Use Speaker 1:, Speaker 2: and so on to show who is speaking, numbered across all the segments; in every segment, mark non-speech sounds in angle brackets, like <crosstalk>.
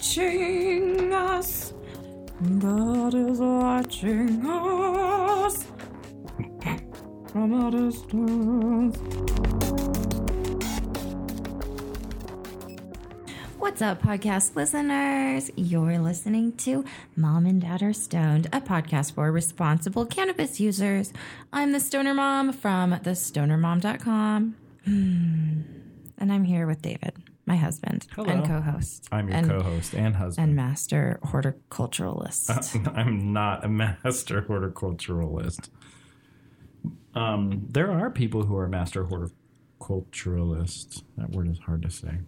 Speaker 1: watching us. God is watching us from a distance.
Speaker 2: What's up, podcast listeners? You're listening to Mom and Dad Are Stoned, a podcast for responsible cannabis users. I'm the Stoner Mom from thestonermom.com. Hmm. And I'm here with David, my husband
Speaker 3: Hello.
Speaker 2: and co host.
Speaker 3: I'm your
Speaker 2: and,
Speaker 3: co-host and husband.
Speaker 2: And master horticulturalist.
Speaker 3: Uh-huh. <laughs> I'm not a master horticulturalist. Um, there are people who are master horticulturalists. That word is hard to say.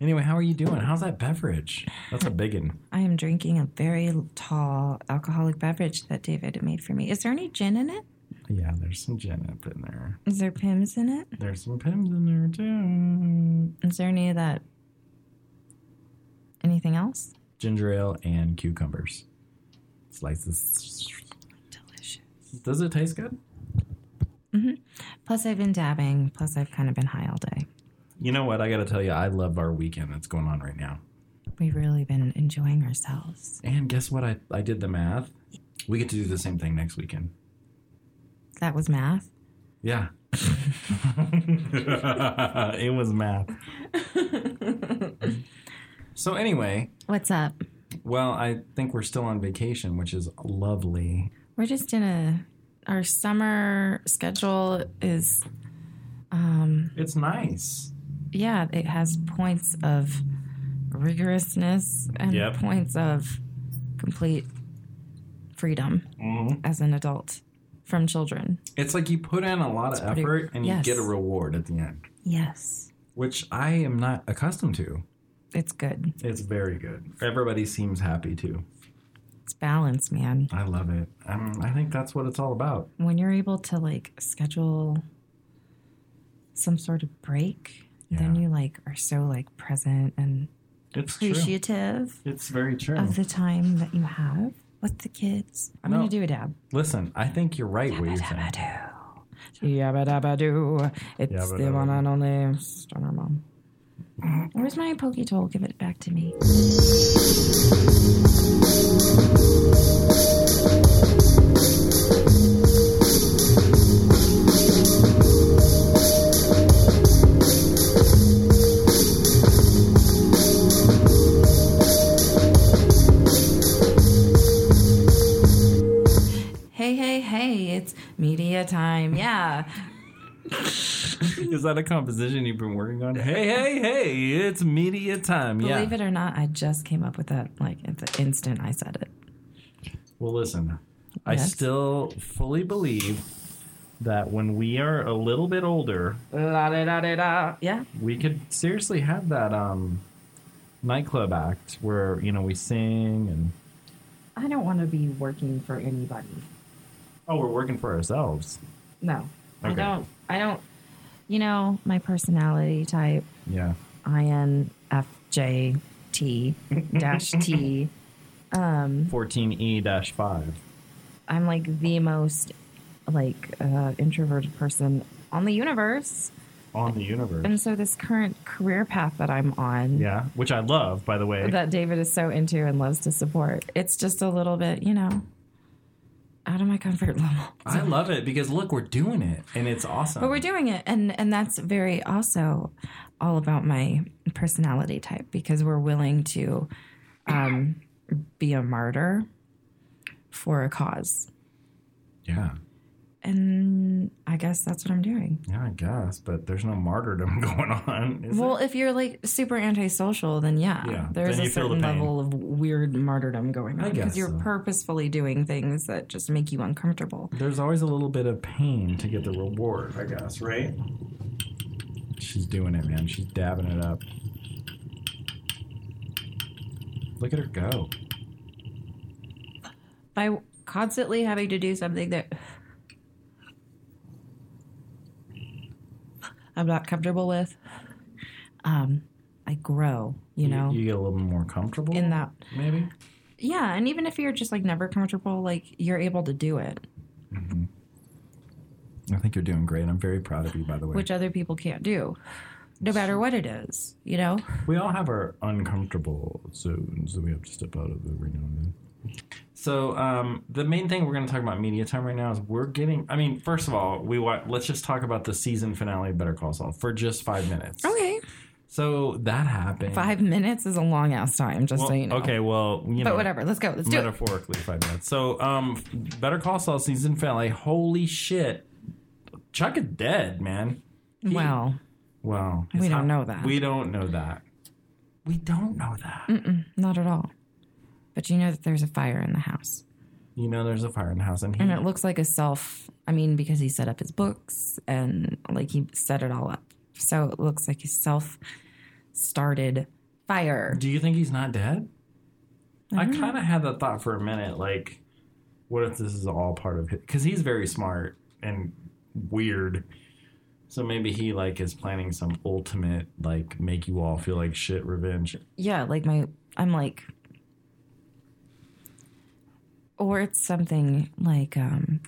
Speaker 3: Anyway, how are you doing? How's that beverage? That's a big one.
Speaker 2: I am drinking a very tall alcoholic beverage that David made for me. Is there any gin in it?
Speaker 3: <laughs> Yeah, there's some gin up in there.
Speaker 2: Is there pims in it?
Speaker 3: There's some pims in there too.
Speaker 2: Is there any of that? Anything else?
Speaker 3: Ginger ale and cucumbers. Slices.
Speaker 2: Delicious.
Speaker 3: Does it taste good?
Speaker 2: Plus, I've been dabbing. Plus, I've kind of been high all day.
Speaker 3: You know what? I got to tell you, I love our weekend that's going on right now.
Speaker 2: We've really been enjoying ourselves.
Speaker 3: And guess what? I, I did the math. We get to do the same thing next weekend.
Speaker 2: That was math.
Speaker 3: Yeah. <laughs> it was <laughs> math. so, anyway,
Speaker 2: What's up?
Speaker 3: well, I think we're still on vacation, which is lovely.
Speaker 2: We're just in a. Our summer schedule is,
Speaker 3: It's nice.
Speaker 2: yeah, it has points of rigorousness and
Speaker 3: Yep.
Speaker 2: points of complete freedom
Speaker 3: Mm-hmm.
Speaker 2: as an adult from children.
Speaker 3: It's like you put in a lot of
Speaker 2: pretty-
Speaker 3: effort and
Speaker 2: yes.
Speaker 3: you get a reward at the end,
Speaker 2: Yes,
Speaker 3: which I am not accustomed to.
Speaker 2: it's good.
Speaker 3: It's very good. Everybody seems happy too.
Speaker 2: It's balance, man.
Speaker 3: I love it. Um, I think that's what it's all about.
Speaker 2: when you're able to like schedule some sort of break then
Speaker 3: Yeah.
Speaker 2: you like are so like present and
Speaker 3: It's true.
Speaker 2: appreciative
Speaker 3: It's very true.
Speaker 2: of the time that you have with the kids i'm
Speaker 3: No.
Speaker 2: gonna do a dab
Speaker 3: Listen, I think you're right what you're saying.
Speaker 2: Yabba dabba doo. It's
Speaker 3: Yabba
Speaker 2: the
Speaker 3: dabba
Speaker 2: one
Speaker 3: doo.
Speaker 2: and only Stoner Mom. Where's my Poke Toll? Give it back to me. Hey, hey, hey, it's media time. Yeah.
Speaker 3: <laughs> Is that a composition you've been working on? Hey, hey, hey, it's media time. Yeah.
Speaker 2: Believe it or not, I just came up with that like at the instant I said it.
Speaker 3: Well, listen, I
Speaker 2: Yes.
Speaker 3: still fully believe that when we are a little bit older,
Speaker 2: La da da da da. Yeah.
Speaker 3: we could seriously have that um nightclub act where, you know, we sing and
Speaker 2: I don't want to be working for anybody.
Speaker 3: oh, we're working for ourselves.
Speaker 2: No. I
Speaker 3: Okay.
Speaker 2: don't I don't you know, my personality type
Speaker 3: Yeah.
Speaker 2: INFJ T dash <laughs> T. Mm-hmm.
Speaker 3: 14E 5.
Speaker 2: I'm like the most like uh, introverted person on the universe.
Speaker 3: On the universe.
Speaker 2: And so this current career path that I'm on
Speaker 3: Yeah. Which I love, by the way.
Speaker 2: that David is so into and loves to support. It's just a little bit, you know, out of my comfort <laughs> level.
Speaker 3: I love it because look, we're doing it and it's awesome.
Speaker 2: But we're doing it, and and that's very also all about my personality type because we're willing to um, be a martyr for a cause,
Speaker 3: Yeah.
Speaker 2: and I guess that's what I'm doing.
Speaker 3: Yeah, I guess, but there's no martyrdom <laughs> going on. Is
Speaker 2: well,
Speaker 3: it?
Speaker 2: if you're like super antisocial, then yeah,
Speaker 3: Yeah,
Speaker 2: there is
Speaker 3: then
Speaker 2: a
Speaker 3: you feel the
Speaker 2: certain
Speaker 3: pain.
Speaker 2: level of weird martyrdom going
Speaker 3: I
Speaker 2: on
Speaker 3: guess
Speaker 2: you're
Speaker 3: so.
Speaker 2: purposefully doing things that just make you uncomfortable.
Speaker 3: there's always a little bit of pain to get the reward, I guess, right? She's doing it, man. She's dabbing it up. Look at her go.
Speaker 2: by constantly having to do something that I'm not comfortable with, um, I grow, you know,
Speaker 3: you, you get a little more comfortable
Speaker 2: in that.
Speaker 3: maybe.
Speaker 2: Yeah. And even if you're just like never comfortable, like you're able to do it,
Speaker 3: I think you're doing great. I'm very proud of you, by the way.
Speaker 2: which other people can't do. no matter what it is, you know?
Speaker 3: We all have our uncomfortable zones that we have to step out of every now and then. So um, the main thing we're going to talk about media time right now is we're getting. I mean, first of all, we wa- let's just talk about the season finale of Better Call Saul for just five minutes.
Speaker 2: Okay.
Speaker 3: So that happened.
Speaker 2: Five minutes is a long ass time, just
Speaker 3: Well,
Speaker 2: so you know.
Speaker 3: Okay, well, you know,
Speaker 2: But whatever, let's go. Let's do it.
Speaker 3: metaphorically five minutes. So, um, Better Call Saul season finale. Holy shit, Chuck is dead, man. He-
Speaker 2: Well,
Speaker 3: Wow.
Speaker 2: We
Speaker 3: His
Speaker 2: don't
Speaker 3: hot-
Speaker 2: know that.
Speaker 3: We don't know that. We don't know that.
Speaker 2: not at all. But you know that there's a fire in the house.
Speaker 3: You know, there's a fire in the house, and he,
Speaker 2: And it looks like a self, I mean, because he set up his books and like he set it all up. So it looks like a self started fire.
Speaker 3: do you think he's not dead? I, kind of had that thought for a minute. Like, what if this is all part of his? Because he's very smart and weird. So maybe he like is planning some ultimate like make you all feel like shit revenge.
Speaker 2: yeah, like my, I'm like, or it's something like um,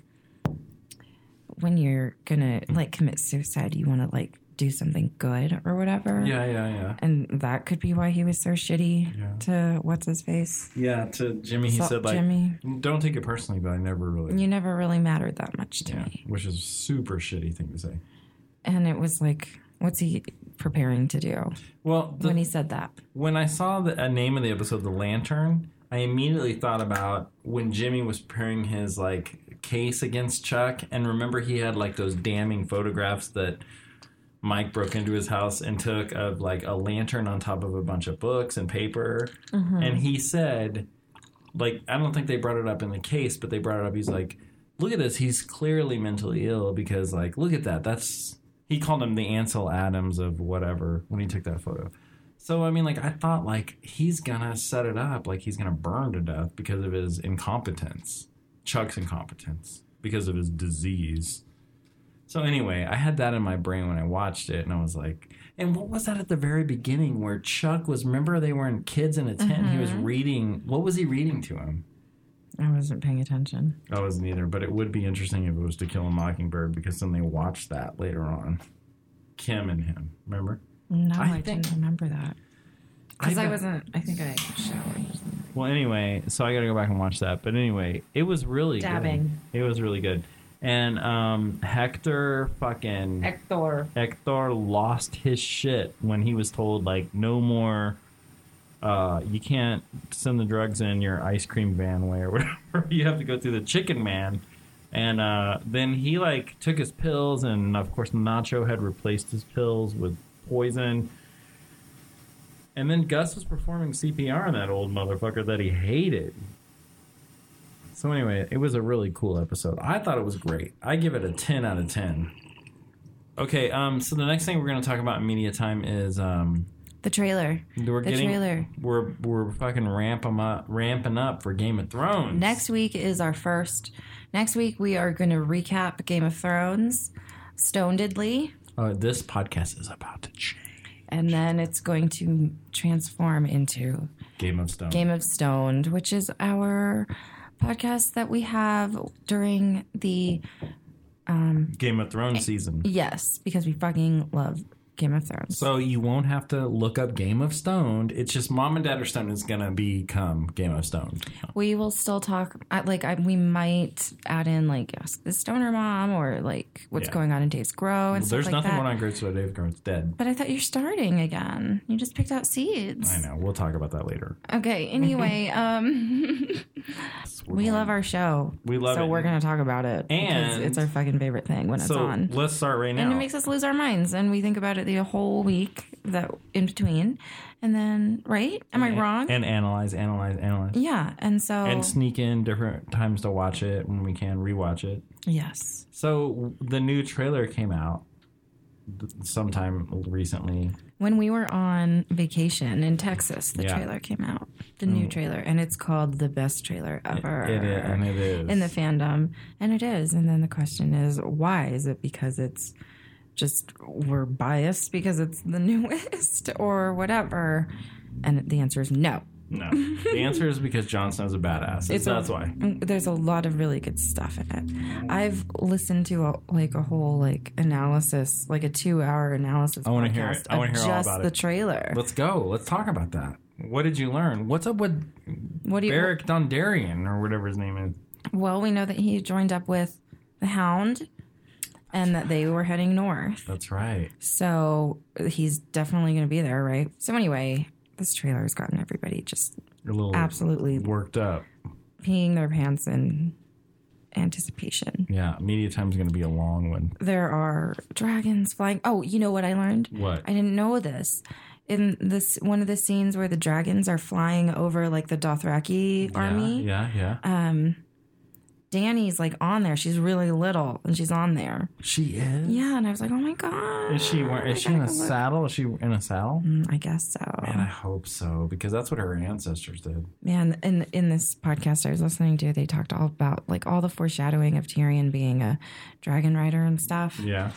Speaker 2: when you're gonna like commit suicide, you want to like do something good or whatever.
Speaker 3: Yeah, yeah, yeah.
Speaker 2: And that could be why he was so shitty
Speaker 3: Yeah.
Speaker 2: to what's his face.
Speaker 3: Yeah, to Jimmy, he
Speaker 2: Salt
Speaker 3: said like,
Speaker 2: Jimmy.
Speaker 3: "Don't take it personally," but I never really,
Speaker 2: You never really mattered that much to
Speaker 3: yeah,
Speaker 2: me.
Speaker 3: which is a super shitty thing to say.
Speaker 2: And it was like, what's he preparing to do
Speaker 3: Well, the,
Speaker 2: when he said that?
Speaker 3: when I saw the a name of the episode, the lantern, I immediately thought about when Jimmy was preparing his like case against Chuck, and remember he had like those damning photographs that Mike broke into his house and took of like a lantern on top of a bunch of books and paper, and he said, like I don't think they brought it up in the case, but they brought it up. He's like, look at this, he's clearly mentally ill because like look at that, that's. He called him the Ansel Adams of whatever when he took that photo. So I mean, like I thought, like he's gonna set it up, like he's gonna burn to death because of his incompetence, Chuck's incompetence, because of his disease. So anyway, I had that in my brain when I watched it, and I was like, and what was that at the very beginning where Chuck was? Remember they were in kids in a tent. and He was reading. What was he reading to him?
Speaker 2: I wasn't paying attention.
Speaker 3: I wasn't either, but it would be interesting if it was To Kill a Mockingbird because then they watched that later on. Kim and him, remember?
Speaker 2: No, I,
Speaker 3: I
Speaker 2: didn't
Speaker 3: think-
Speaker 2: remember that. Because
Speaker 3: I
Speaker 2: I,
Speaker 3: bet-
Speaker 2: wasn't, I think I showered.
Speaker 3: Well, anyway, so I got to go back and watch that. But anyway, it was really
Speaker 2: Dabbing.
Speaker 3: good. It was really good. And um, Hector fucking
Speaker 2: Hector.
Speaker 3: Hector lost his shit when he was told like no more. Uh, you can't send the drugs in your ice cream van way or <laughs> whatever. you have to go through the chicken man. And uh, then he like took his pills, and of course Nacho had replaced his pills with poison. And then Gus was performing CPR on that old motherfucker that he hated. So anyway, it was a really cool episode. I thought it was great. I give it a ten out of ten. Okay, um, so the next thing we're going to talk about in media time is um,
Speaker 2: The trailer.
Speaker 3: we're
Speaker 2: The
Speaker 3: getting
Speaker 2: trailing.
Speaker 3: we're we're fucking ramp 'em up, ramping up for Game of Thrones.
Speaker 2: Next week is our first. Next week, we are going to recap Game of Thrones, Stonedly,
Speaker 3: uh, this podcast is about to change.
Speaker 2: and then it's going to transform into
Speaker 3: Game of Stone.
Speaker 2: Game of Stoned, which is our podcast that we have during the
Speaker 3: Game of Thrones season.
Speaker 2: yes, because we fucking love Game of Thrones.
Speaker 3: So you won't have to look up Game of Stoned. It's just Mom and Dad are Stoned is going to become Game of Stoned.
Speaker 2: We will still talk. I, like I, we might add in like ask the stoner mom or like what's
Speaker 3: Yeah.
Speaker 2: going on in Days Grow and stuff
Speaker 3: There's
Speaker 2: like
Speaker 3: nothing
Speaker 2: that.
Speaker 3: going on in Great Soda Dave Garnett's dead.
Speaker 2: But I thought you're starting again. You just picked out seeds.
Speaker 3: I know. We'll talk about that later.
Speaker 2: Okay.
Speaker 3: <laughs>
Speaker 2: Anyway, um, <laughs> we love our show.
Speaker 3: We love
Speaker 2: so
Speaker 3: it.
Speaker 2: we're gonna talk about it because
Speaker 3: And-
Speaker 2: it's our fucking favorite thing when it's
Speaker 3: So
Speaker 2: on.
Speaker 3: let's start right now.
Speaker 2: And it makes us lose our minds, and we think about it the whole week that in between, and then right? Am I wrong?
Speaker 3: And analyze, analyze, analyze.
Speaker 2: yeah, and so
Speaker 3: and sneak in different times to watch it when we can rewatch it.
Speaker 2: yes,
Speaker 3: So the new trailer came out th- sometime recently.
Speaker 2: when we were on vacation in Texas, the
Speaker 3: Yeah.
Speaker 2: trailer came out, the new trailer, and it's called the best trailer ever.
Speaker 3: It is, and it is.
Speaker 2: in the fandom, and it is. And then the question is, why is it because it's just we're <laughs> biased because it's the newest or whatever? And the answer is no.
Speaker 3: No. the answer is because Jon Snow's a badass. It's,
Speaker 4: a-
Speaker 3: that's why.
Speaker 4: Mm, There's a lot of really good stuff in it. I've listened to a, like a whole like analysis, like a two hour analysis. I
Speaker 3: wanna hear it. I wanna hear all
Speaker 4: just
Speaker 3: about
Speaker 4: the
Speaker 3: it.
Speaker 4: trailer.
Speaker 3: Let's go. Let's talk about that. What did you learn? What's up with
Speaker 4: What do you?
Speaker 3: Beric Dondarrion or whatever his name is?
Speaker 2: Well, we know that he joined up with the Hound and that they were heading north.
Speaker 3: That's right.
Speaker 2: So he's definitely going to be there, right? So, anyway, this trailer has gotten everybody just
Speaker 3: You're a little
Speaker 2: absolutely
Speaker 3: worked up.
Speaker 2: peeing their pants in anticipation.
Speaker 3: Yeah, media time's going to be a long one.
Speaker 2: There are dragons flying. Oh, you know what I learned?
Speaker 3: What?
Speaker 2: I didn't know this. In this one of the scenes where the dragons are flying over like the Dothraki army,
Speaker 3: Yeah, yeah.
Speaker 2: um, Danny's like on there. She's really little and she's on there.
Speaker 3: she is.
Speaker 2: Yeah, and I was like, oh my god.
Speaker 3: Is she wearing? Is she in a saddle? Is she in a saddle?
Speaker 2: Mm, I guess so.
Speaker 3: And I hope so because that's what her ancestors did.
Speaker 2: Man, in in this podcast I was listening to, they talked all about like all the foreshadowing of Tyrion being a dragon rider and stuff,
Speaker 3: Yeah.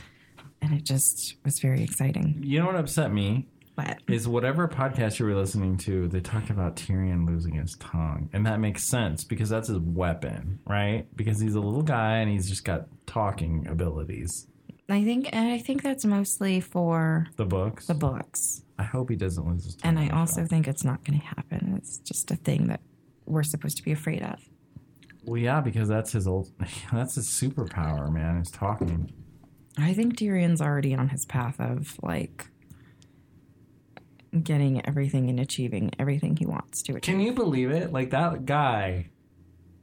Speaker 2: and it just was very exciting.
Speaker 3: You know what upset me
Speaker 2: But
Speaker 3: is whatever podcast you were listening to, they talked about Tyrion losing his tongue, and that makes sense because that's his weapon, right? Because he's a little guy and he's just got talking abilities.
Speaker 2: I think and I think that's mostly for
Speaker 3: The books.
Speaker 2: the books,
Speaker 3: I hope he doesn't lose his tongue.
Speaker 2: and I
Speaker 3: in the
Speaker 2: also
Speaker 3: show.
Speaker 2: think it's not going to happen. It's just a thing that we're supposed to be afraid of.
Speaker 3: Well, yeah, because that's his old. <laughs> That's his superpower, man. Is talking.
Speaker 2: I think Tyrion's already on his path of like getting everything and achieving everything he wants to achieve.
Speaker 3: Can you believe it? Like that guy,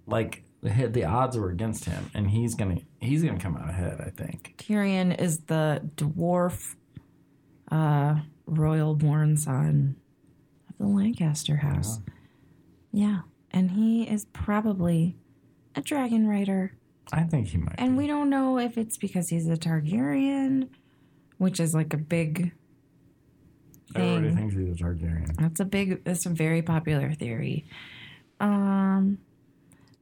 Speaker 3: like the the odds were against him, and he's gonna he's gonna come out ahead. I think.
Speaker 2: Tyrion is the dwarf, uh, royal born son of the Lancaster house. Yeah. And he is probably a dragon rider.
Speaker 3: I think he might.
Speaker 2: And we don't know if it's because he's a Targaryen, which is like a big,
Speaker 3: Everybody
Speaker 2: thing.
Speaker 3: thinks he's a Targaryen.
Speaker 2: that's a big, that's a very popular theory. Um,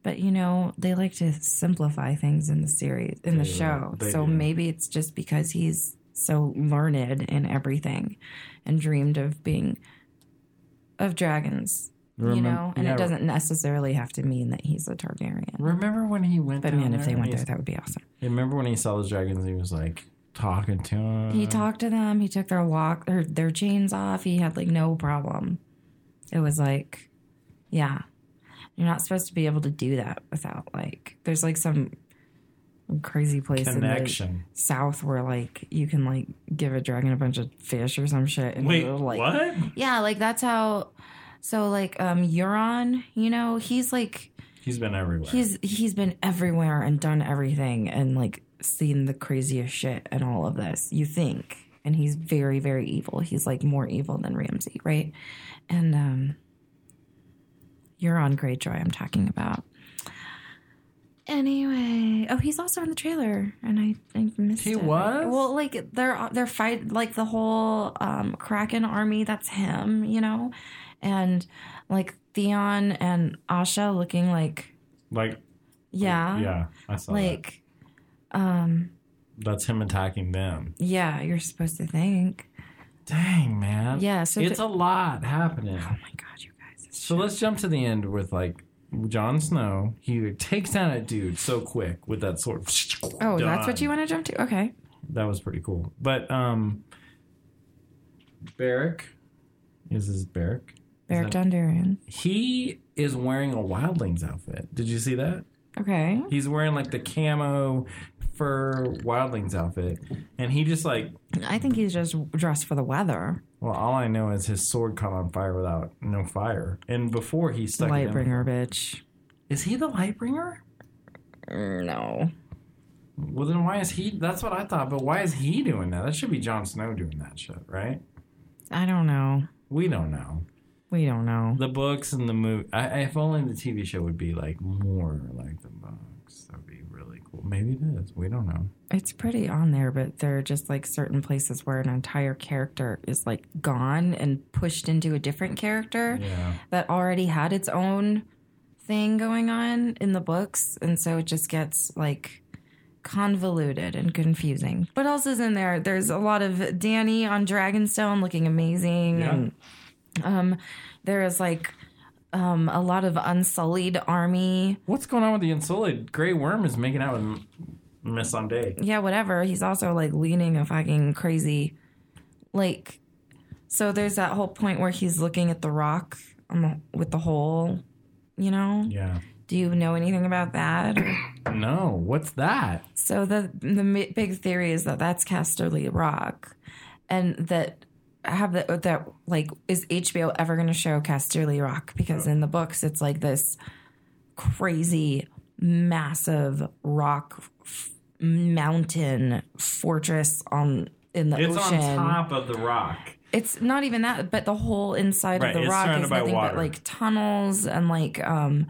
Speaker 2: but you know, they like to simplify things in the series, in the
Speaker 3: They do.
Speaker 2: show.
Speaker 3: They
Speaker 2: so
Speaker 3: do.
Speaker 2: maybe it's just because he's so learned in everything and dreamed of being of dragons, you
Speaker 3: Remem-
Speaker 2: know? And
Speaker 3: yeah,
Speaker 2: it doesn't necessarily have to mean that he's a Targaryen.
Speaker 3: Remember when he went?
Speaker 2: But
Speaker 3: down
Speaker 2: man, if they
Speaker 3: and
Speaker 2: went
Speaker 3: he-
Speaker 2: there, that would be awesome.
Speaker 3: Remember when he saw the dragons? He was like talking to him.
Speaker 2: He talked to them. He took their walk, their, their chains off. He had like no problem. It was like, yeah, you're not supposed to be able to do that without like. There's like some crazy place in
Speaker 3: connection.
Speaker 2: the south where like you can like give a dragon a bunch of fish or some shit. And it'll, like,
Speaker 3: what?
Speaker 2: Yeah, like that's how. So like um Euron, you know, he's like
Speaker 3: He's been everywhere.
Speaker 2: he's he's been everywhere and done everything and like seen the craziest shit and all of this you think and he's very very evil he's like more evil than ramsey right and um you're on greyjoy i'm talking about anyway oh he's also in the trailer and i, I missed
Speaker 3: He
Speaker 2: it.
Speaker 3: was?
Speaker 2: well like they're they're fight like the whole um kraken army that's him you know and like theon and asha looking like
Speaker 3: like
Speaker 2: yeah.
Speaker 3: yeah. I saw like,
Speaker 2: Like, um,
Speaker 3: That's him attacking them.
Speaker 2: yeah, you're supposed to think.
Speaker 3: Dang man.
Speaker 2: Yeah, so
Speaker 3: it's
Speaker 2: the-
Speaker 3: a lot happening.
Speaker 2: Oh my god, you guys. it's-
Speaker 3: So let's jump to the end with like Jon Snow. He takes down a dude so quick with that sword.
Speaker 2: Oh, that's what
Speaker 3: Done.
Speaker 2: you want to jump to? Okay.
Speaker 3: That was pretty cool. But um, Barrick is his Barrick.
Speaker 2: Beric
Speaker 3: that-
Speaker 2: Dondarrion.
Speaker 3: He is wearing a wildlings outfit. Did you see that?
Speaker 2: Okay.
Speaker 3: He's wearing like the camo fur wildlings outfit, and he just like
Speaker 2: I think he's just dressed for the weather.
Speaker 3: well, all I know is his sword caught on fire without no fire. And before he stuck it in-
Speaker 2: Lightbringer, bitch. Mm,
Speaker 3: Is he the Lightbringer?
Speaker 2: No.
Speaker 3: Well, then why is he? That's what I thought. But why is he doing that? That should be Jon Snow doing that shit, right?
Speaker 2: I don't know.
Speaker 3: We don't know.
Speaker 2: We don't know.
Speaker 3: The books and the movie. I, if only the TV show would be like more like the books. That'd be really cool. Maybe it is. We don't know.
Speaker 2: It's pretty on there, but there are just like certain places where an entire character is like gone and pushed into a different character.
Speaker 3: Yeah.
Speaker 2: that already had its own thing going on in the books and so it just gets like convoluted and confusing what else is in there there's a lot of danny on dragonstone looking amazing
Speaker 3: Yeah.
Speaker 2: and um there is like um, a lot of unsullied army.
Speaker 3: What's going on with the insulated Grey Worm is making out with Miss Sunday.
Speaker 2: Yeah, whatever. He's also like leading a fucking crazy, like. So there's that whole point where he's looking at the rock on the, with the hole. You know?
Speaker 3: Yeah.
Speaker 2: Do you know anything about that?
Speaker 3: No, what's that?
Speaker 2: So the the mi- big theory is that that's Casterly Rock, and that have that that like is HBO ever going to show Casterly Rock because in the books it's like this crazy massive rock f- mountain fortress on in the
Speaker 3: It's
Speaker 2: ocean.
Speaker 3: on top of the rock.
Speaker 2: It's not even that, but the whole inside
Speaker 3: Right,
Speaker 2: of the
Speaker 3: it's
Speaker 2: rock
Speaker 3: surrounded
Speaker 2: is
Speaker 3: by
Speaker 2: nothing
Speaker 3: water.
Speaker 2: but like tunnels and like um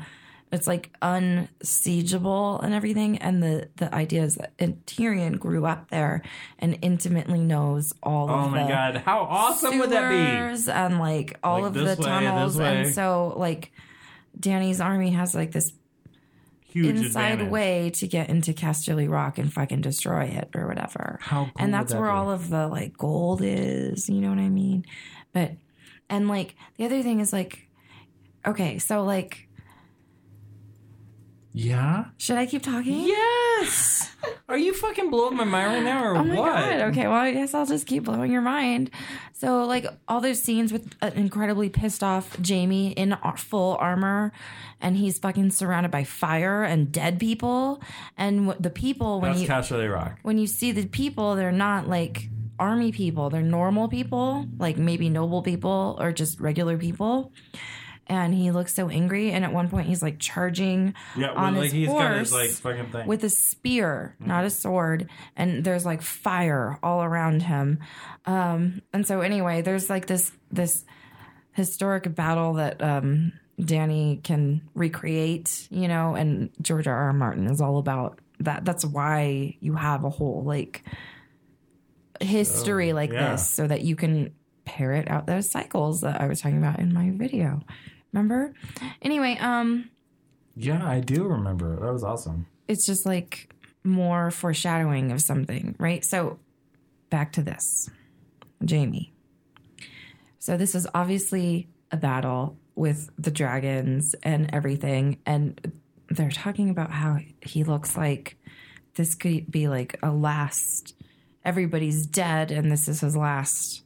Speaker 2: it's like unsiegeable and everything. And the the idea is that and Tyrion grew up there and intimately knows all
Speaker 3: Oh
Speaker 2: of
Speaker 3: my
Speaker 2: the
Speaker 3: god, how awesome would that be?
Speaker 2: sewers and like all
Speaker 3: Like
Speaker 2: of
Speaker 3: this
Speaker 2: the
Speaker 3: way, this
Speaker 2: tunnels.
Speaker 3: way.
Speaker 2: And so like Danny's army has like this
Speaker 3: Huge
Speaker 2: inside
Speaker 3: advantage.
Speaker 2: way to get into Casterly Rock and fucking destroy it or whatever.
Speaker 3: How cool would
Speaker 2: and that's
Speaker 3: that
Speaker 2: where
Speaker 3: be?
Speaker 2: all of the like gold is, you know what I mean? But and like the other thing is like okay, so like
Speaker 3: Yeah.
Speaker 2: should I keep talking?
Speaker 3: Yes. Are you fucking blowing my mind right now, or
Speaker 2: Oh my
Speaker 3: what?
Speaker 2: god. Okay, well I guess I'll just keep blowing your mind. So like all those scenes with an incredibly pissed off Jamie in ar- full armor and he's fucking surrounded by fire and dead people and wh- the people when
Speaker 3: That's
Speaker 2: you
Speaker 3: Casterly Rock.
Speaker 2: when you see the people, they're not like army people. They're normal people, like maybe noble people or just regular people. And he looks so angry. And at one point, he's like charging
Speaker 3: Yeah,
Speaker 2: on
Speaker 3: like
Speaker 2: his
Speaker 3: he's
Speaker 2: horse
Speaker 3: got his like fucking thing. Mm-hmm.
Speaker 2: with a spear, not a sword. And there's like fire all around him. Um, and so anyway, there's like this this historic battle that um, Danny can recreate, you know, and George R. R. Martin is all about that. That's why you have a whole like history
Speaker 3: So,
Speaker 2: like
Speaker 3: Oh, yeah.
Speaker 2: this, so that you can parrot out those cycles that I was talking about in my video. Remember? Anyway, um,
Speaker 3: yeah, I do remember. That was awesome.
Speaker 2: it's just like more foreshadowing of something, right? So back to this Jamie. So this is obviously a battle with the dragons and everything. And they're talking about how he looks like this could be like a last, everybody's dead, and this is his last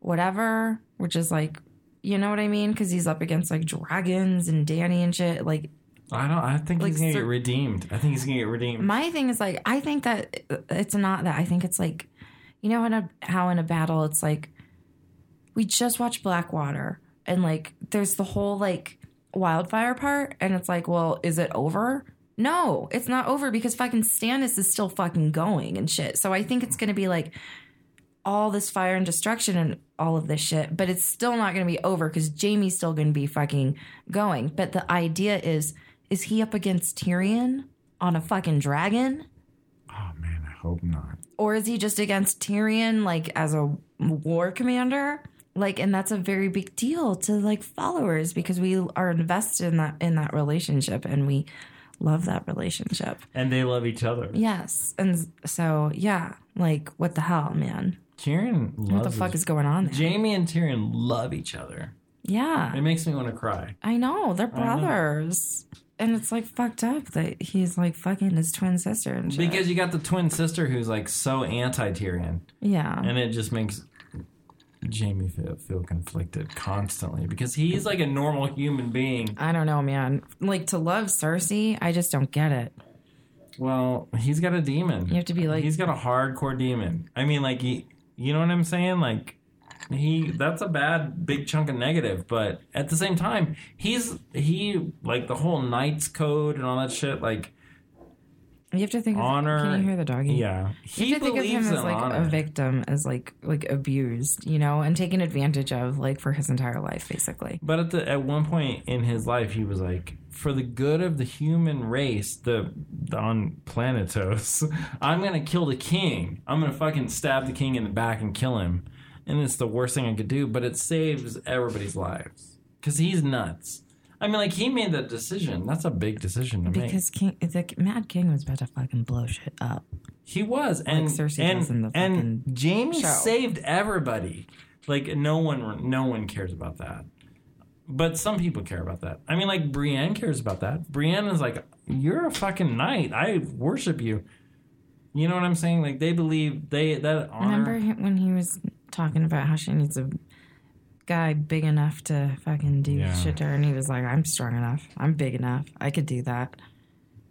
Speaker 2: whatever, which is like, you know what I mean? Because he's up against like dragons and Danny and shit. Like,
Speaker 3: I don't. I think
Speaker 2: Like,
Speaker 3: he's gonna
Speaker 2: cer-
Speaker 3: get redeemed. I think he's gonna get redeemed.
Speaker 2: my thing is like I think that uh, it's not that. I think it's like you know in a, how in a battle it's like we just watched Blackwater and like there's the whole like wildfire part and it's like well is it over? No, it's not over because fucking Stannis is still fucking going and shit. So I think it's going to be like all this fire and destruction and all of this shit, but it's still not going to be over because Jamie's still going to be fucking going. But the idea is, is he up against Tyrion on a fucking dragon?
Speaker 3: oh man, I hope not.
Speaker 2: Or is he just against Tyrion, like as a war commander? Like, and that's a very big deal to like followers because we are invested in that in that relationship and we love that relationship.
Speaker 3: And they love each other.
Speaker 2: Yes, and so yeah, like what the hell, man?
Speaker 3: Tyrion loves.
Speaker 2: What the fuck is going on there?
Speaker 3: Jamie and Tyrion love each other.
Speaker 2: yeah,
Speaker 3: It makes me want to cry.
Speaker 2: I know they're
Speaker 3: I know.
Speaker 2: brothers, and it's like fucked up that he's like fucking his twin sister and shit.
Speaker 3: Because you got the twin sister who's like so anti Tyrion,
Speaker 2: yeah,
Speaker 3: and it just makes Jamie feel, feel conflicted constantly because he's like a normal human being.
Speaker 2: I don't know, man. Like to love Cersei, I just don't get it.
Speaker 3: Well, he's got a demon.
Speaker 2: You have to be like,
Speaker 3: he's got a hardcore demon. I mean, like he, you know what I'm saying? Like he, that's a bad big chunk of negative. But at the same time, he's he like the whole Knights Code and all that shit. Like
Speaker 2: you have to think.
Speaker 3: honor.
Speaker 2: Of, can you hear the doggy?
Speaker 3: yeah,
Speaker 2: You
Speaker 3: he
Speaker 2: have to think of him
Speaker 3: believes in
Speaker 2: as like
Speaker 3: honor.
Speaker 2: a victim, as like like abused, you know, and taken advantage of, like for his entire life, basically.
Speaker 3: But at the at one point in his life, he was like, "For the good of the human race, the, the on Planetos, <laughs> I'm gonna kill the king. I'm gonna fucking stab the king in the back and kill him." And it's the worst thing I could do, but it saves everybody's lives because he's nuts. I mean, like he made that decision. That's a big decision to make.
Speaker 2: Because King, the Mad King was about to fucking blow shit up.
Speaker 3: He was, and
Speaker 2: Cersei does
Speaker 3: and
Speaker 2: in the
Speaker 3: and
Speaker 2: fucking
Speaker 3: Jamie
Speaker 2: show.
Speaker 3: saved everybody. Like no one, no one cares about that. But some people care about that. I mean, like Brienne cares about that. Brienne is like, "You're a fucking knight. I worship you." You know what I'm saying? Like they believe they that honor.
Speaker 2: Remember hi- when he was talking about how she needs a guy big enough to fucking do
Speaker 3: Yeah.
Speaker 2: shit to her, and he was like, "I'm strong enough. I'm big enough. I could do that."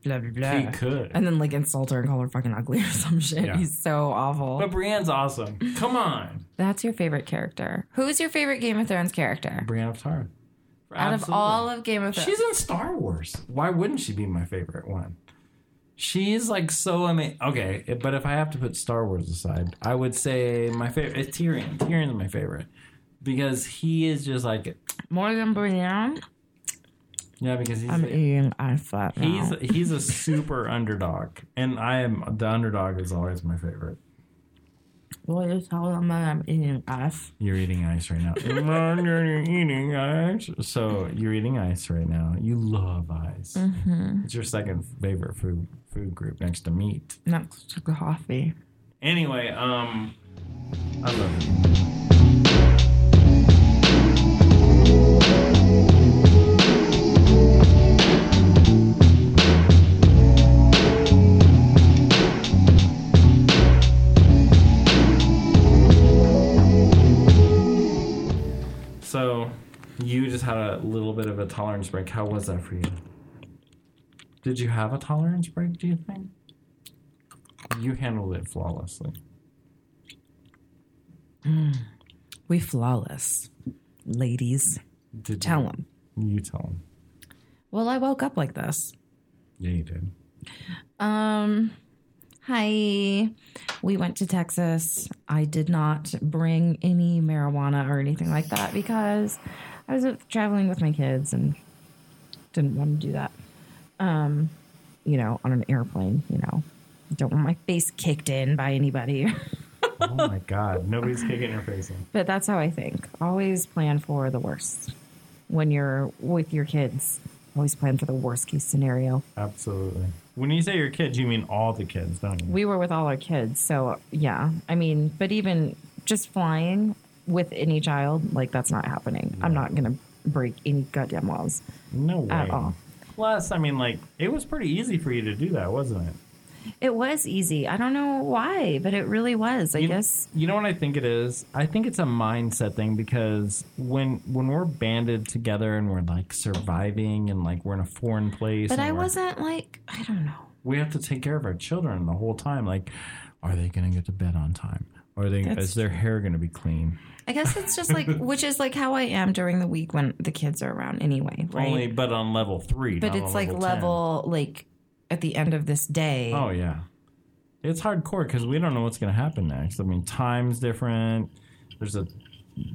Speaker 2: Blah blah blah.
Speaker 3: He could.
Speaker 2: And then like insult her and call her fucking ugly or some shit.
Speaker 3: Yeah.
Speaker 2: He's so awful.
Speaker 3: But Brienne's awesome. Come on,
Speaker 2: That's your favorite character. Who is your favorite Game of Thrones character?
Speaker 3: Brienne of Tarth.
Speaker 2: Out of
Speaker 3: Absolutely.
Speaker 2: all of Game of Thrones,
Speaker 3: She's in Star Wars. Why wouldn't she be my favorite one? She's like so amazing. Okay, if- but if I have to put Star Wars aside, I would say my favorite is Tyrion. Tyrion's my favorite because he is just like
Speaker 2: more than Brienne.
Speaker 3: yeah, because he's
Speaker 2: I'm eating ice flat now.
Speaker 3: he's he's
Speaker 2: <laughs>
Speaker 3: a super underdog, and I am the underdog is always my favorite.
Speaker 2: Will you tell them that I'm eating ice?
Speaker 3: You're eating ice right now.
Speaker 2: <laughs>
Speaker 3: you're eating ice. So you're eating ice right now. You love ice.
Speaker 2: Mm-hmm.
Speaker 3: It's your second favorite food food group next to meat.
Speaker 2: Next to coffee.
Speaker 3: Anyway, um, I love it. So, you just had a little bit of a tolerance break. How was that for you? Did you have a tolerance break, do you think? You handled it flawlessly.
Speaker 2: We flawless, ladies.
Speaker 3: Did
Speaker 2: Tell
Speaker 3: you?
Speaker 2: them.
Speaker 3: You tell him.
Speaker 2: Well, I woke up like this.
Speaker 3: Yeah, you did.
Speaker 2: Um, hi. We went to Texas. I did not bring any marijuana or anything like that because I was traveling with my kids and didn't want to do that. Um, you know, on an airplane, you know, don't want my face kicked in by anybody. <laughs>
Speaker 3: Oh my god, nobody's kicking your face in.
Speaker 2: But that's how I think. Always plan for the worst. When you're with your kids, always plan for the worst case scenario.
Speaker 3: Absolutely. When you say your kids, you mean all the kids, don't you?
Speaker 2: We were with all our kids, so yeah. I mean, but even just flying with any child, like that's not happening. I'm not going to break any goddamn laws.
Speaker 3: no way.
Speaker 2: at all.
Speaker 3: Plus, I mean, like, it was pretty easy for you to do that, wasn't it?
Speaker 2: It was easy. I don't know why, but it really was. I
Speaker 3: you,
Speaker 2: guess
Speaker 3: You know what I think it is? I think it's a mindset thing because when when we're banded together and we're like surviving and like we're in a foreign place.
Speaker 2: but
Speaker 3: and
Speaker 2: I
Speaker 3: we're-
Speaker 2: wasn't like, I don't know.
Speaker 3: we have to take care of our children the whole time. Like, are they going to get to bed on time? Are they?
Speaker 2: That's
Speaker 3: is their hair going to be clean?
Speaker 2: I guess it's just like, which is like how I am during the week when the kids are around anyway. Right?
Speaker 3: Only, but on level three.
Speaker 2: but
Speaker 3: not
Speaker 2: it's
Speaker 3: on
Speaker 2: like
Speaker 3: 10.
Speaker 2: level like at the end of this day
Speaker 3: Oh yeah, it's hardcore because we don't know what's going to happen next. I mean, time's different. There's a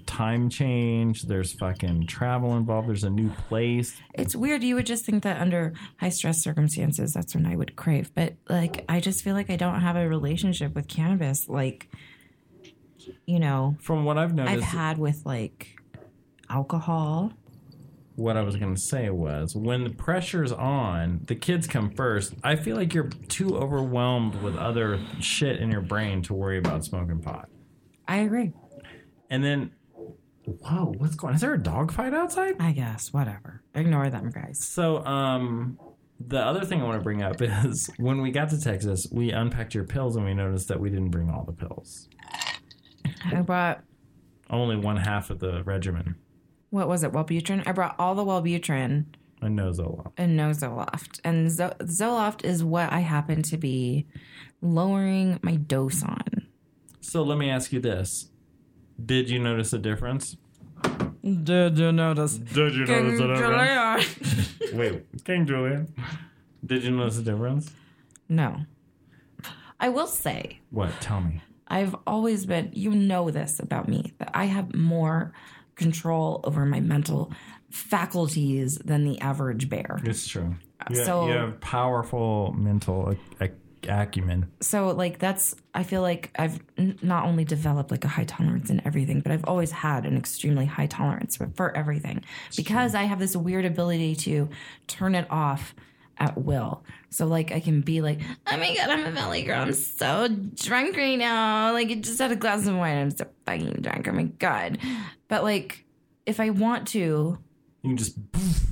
Speaker 3: time change. There's fucking travel involved. There's a new place.
Speaker 2: it's weird you would just think that under high stress circumstances that's when i would crave but like i just feel like i don't have a relationship with cannabis like you know
Speaker 3: From what I've
Speaker 2: i've
Speaker 3: noticed,
Speaker 2: had with like alcohol
Speaker 3: what I was going to say was when the pressure's on, the kids come first. I feel like you're too overwhelmed with other shit in your brain to worry about smoking pot.
Speaker 2: i agree
Speaker 3: And then, whoa, what's going? Is there a dog fight outside?
Speaker 2: i guess whatever ignore them guys
Speaker 3: So, um, the other thing I want to bring up <laughs> is when we got to Texas, we unpacked your pills and we noticed that we didn't bring all the pills.
Speaker 2: i brought
Speaker 3: Only one half of the regimen.
Speaker 2: what was it wellbutrin i brought all the wellbutrin
Speaker 3: I know Zoloft.
Speaker 2: and no Zoloft. And Zo- Zoloft is what I happen to be lowering my dose on.
Speaker 3: So let me ask you this: Did you notice a difference?
Speaker 2: Did you notice?
Speaker 3: Did you
Speaker 2: no.
Speaker 3: Wait, King Julian. Did you notice a difference?
Speaker 2: I will say,
Speaker 3: What? Tell me.
Speaker 2: I've always been, you know, this about me, that I have more control over my mental faculties than the average bear.
Speaker 3: It's true.
Speaker 2: have- So- you have
Speaker 3: powerful mental acumen.
Speaker 2: So, like, that's, I feel like I've n- not only developed like a high tolerance in everything, but I've always had an extremely high tolerance for, for everything because I have this weird ability to turn it off at will. So, like, I can be like, oh my God, I'm a valley girl. I'm so drunk right now. Like, I just had a glass of wine. I'm so fucking drunk. Oh my God. But, like, if I want to,
Speaker 3: You can just